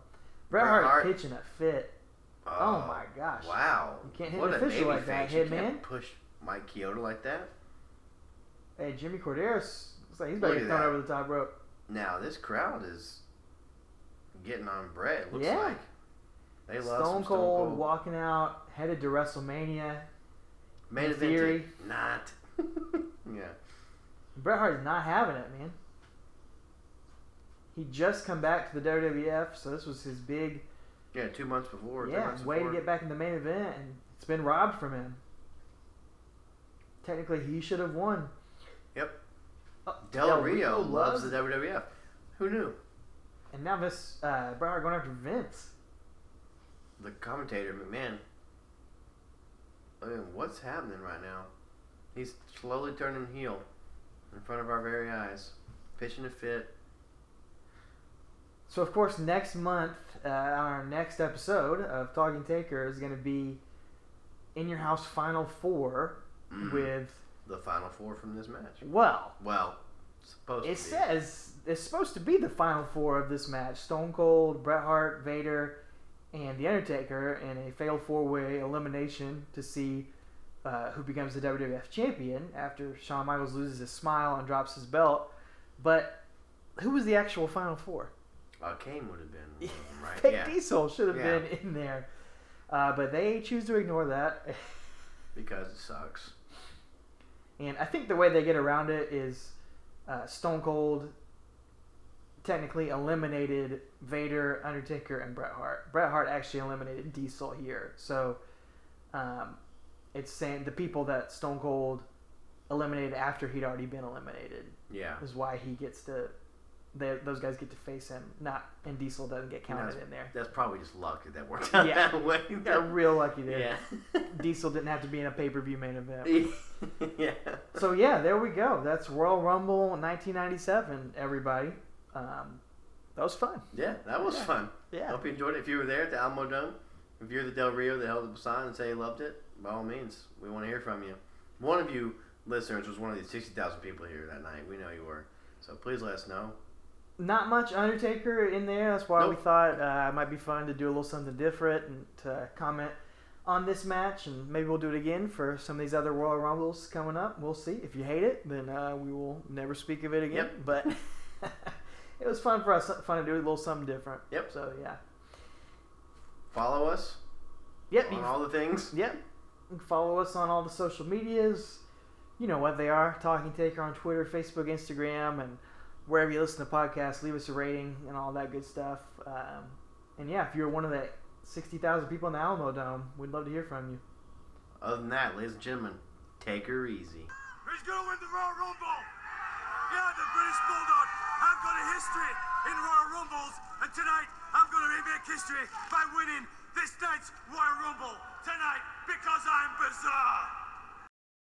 B: Bret
C: Bret
B: Hart,
C: Hart. Uh,
B: pitching a fit. Oh, my gosh.
C: Wow.
B: You can't hit
C: what
B: an
C: a
B: official
C: baby
B: like that,
C: face. You
B: Hitman.
C: can't push Mike Kyoto like that.
B: And Jimmy Corderas, looks like he's
C: Look
B: about to
C: at
B: get thrown
C: that.
B: over the top rope.
C: Now this crowd is getting on Brett. it Looks
B: Yeah.
C: like they love
B: Stone Cold,
C: some Stone Cold.
B: walking out, headed to WrestleMania.
C: Main
B: in
C: evented.
B: theory.
C: Not. yeah.
B: Bret Hart is not having it, man. He just come back to the WWF, so this was his big
C: Yeah. Two months before. three
B: yeah,
C: months
B: way
C: before.
B: to get back in the main event, and it's been robbed from him. Technically, he should have won.
C: Yep.
B: Oh,
C: Del, Rio loves
B: it,
C: the WWF. Who knew?
B: and now Miss uh, Bret Hart going after Vince.
C: the commentator, McMahon. I mean, what's happening right now? He's slowly turning heel in front of our very eyes, pitching a fit.
B: So of course, next month uh, on our next episode of Talking Taker is going to be in your house final four
C: Mm-hmm.
B: with
C: the final four from this match.
B: well,
C: Well, supposed
B: It
C: to be.
B: says it's supposed to be the final four of this match: Stone Cold, Bret Hart, Vader, and The Undertaker in a failed four-way elimination to see uh, who becomes the WWF champion after Shawn Michaels loses his smile and drops his belt. But who was the actual final four?
C: Uh, Kane would have been one of them, right?
B: Vin
C: yeah,
B: Diesel should have
C: Yeah.
B: been in there, uh, but they choose to ignore that.
C: because it sucks.
B: And I think the way they get around it is uh, Stone Cold technically eliminated Vader, Undertaker, and Bret Hart. Bret Hart actually eliminated Diesel here. So um, it's saying the people that Stone Cold eliminated after he'd already been eliminated
C: Yeah.
B: is why he gets to. They, those guys get to face him, not and Diesel doesn't get
C: And
B: counted in there.
C: That's probably just luck that that worked out
B: Yeah.
C: that way.
B: They're real lucky there.
C: yeah.
B: Diesel didn't have to be in a pay per view main event.
C: yeah.
B: So yeah, there we go. That's Royal Rumble 1997. Everybody, um, that was fun.
C: Yeah, that was fun.
B: Yeah.
C: Hope you enjoyed it. If you were there at the Alamo Dome, if you're the Del Rio that held up a sign and say you loved it, by all means, we want to hear from you. One of you listeners was one of the 60,000 people here that night. We know you were. So please let us know.
B: not much Undertaker in there. That's why we
C: Nope.
B: thought uh, it might be fun to do a little something different and to comment on this match. And maybe we'll do it again for some of these other Royal Rumbles coming up. We'll see. If you hate it, then uh, we will never speak of it again.
C: Yep.
B: But it was fun for us, fun to do a little something different.
C: Yep.
B: So yeah.
C: Follow us
B: Yep.
C: on
B: you-
C: all the things.
B: Yep. You can Follow us on all the social medias. You know what they are Talking Taker on Twitter, Facebook, Instagram, and wherever you listen to podcasts. Leave us a rating and all that good stuff. Um, and yeah, if you're one of the 60,000 people in the Alamo Dome, we'd love to hear from you.
C: Other than that, ladies and gentlemen, take her easy.
D: Who's going to win the Royal Rumble? Yeah, the British Bulldog. I've got a history in Royal Rumbles, and tonight I'm going to remake history by winning this night's Royal Rumble tonight because I'm bizarre.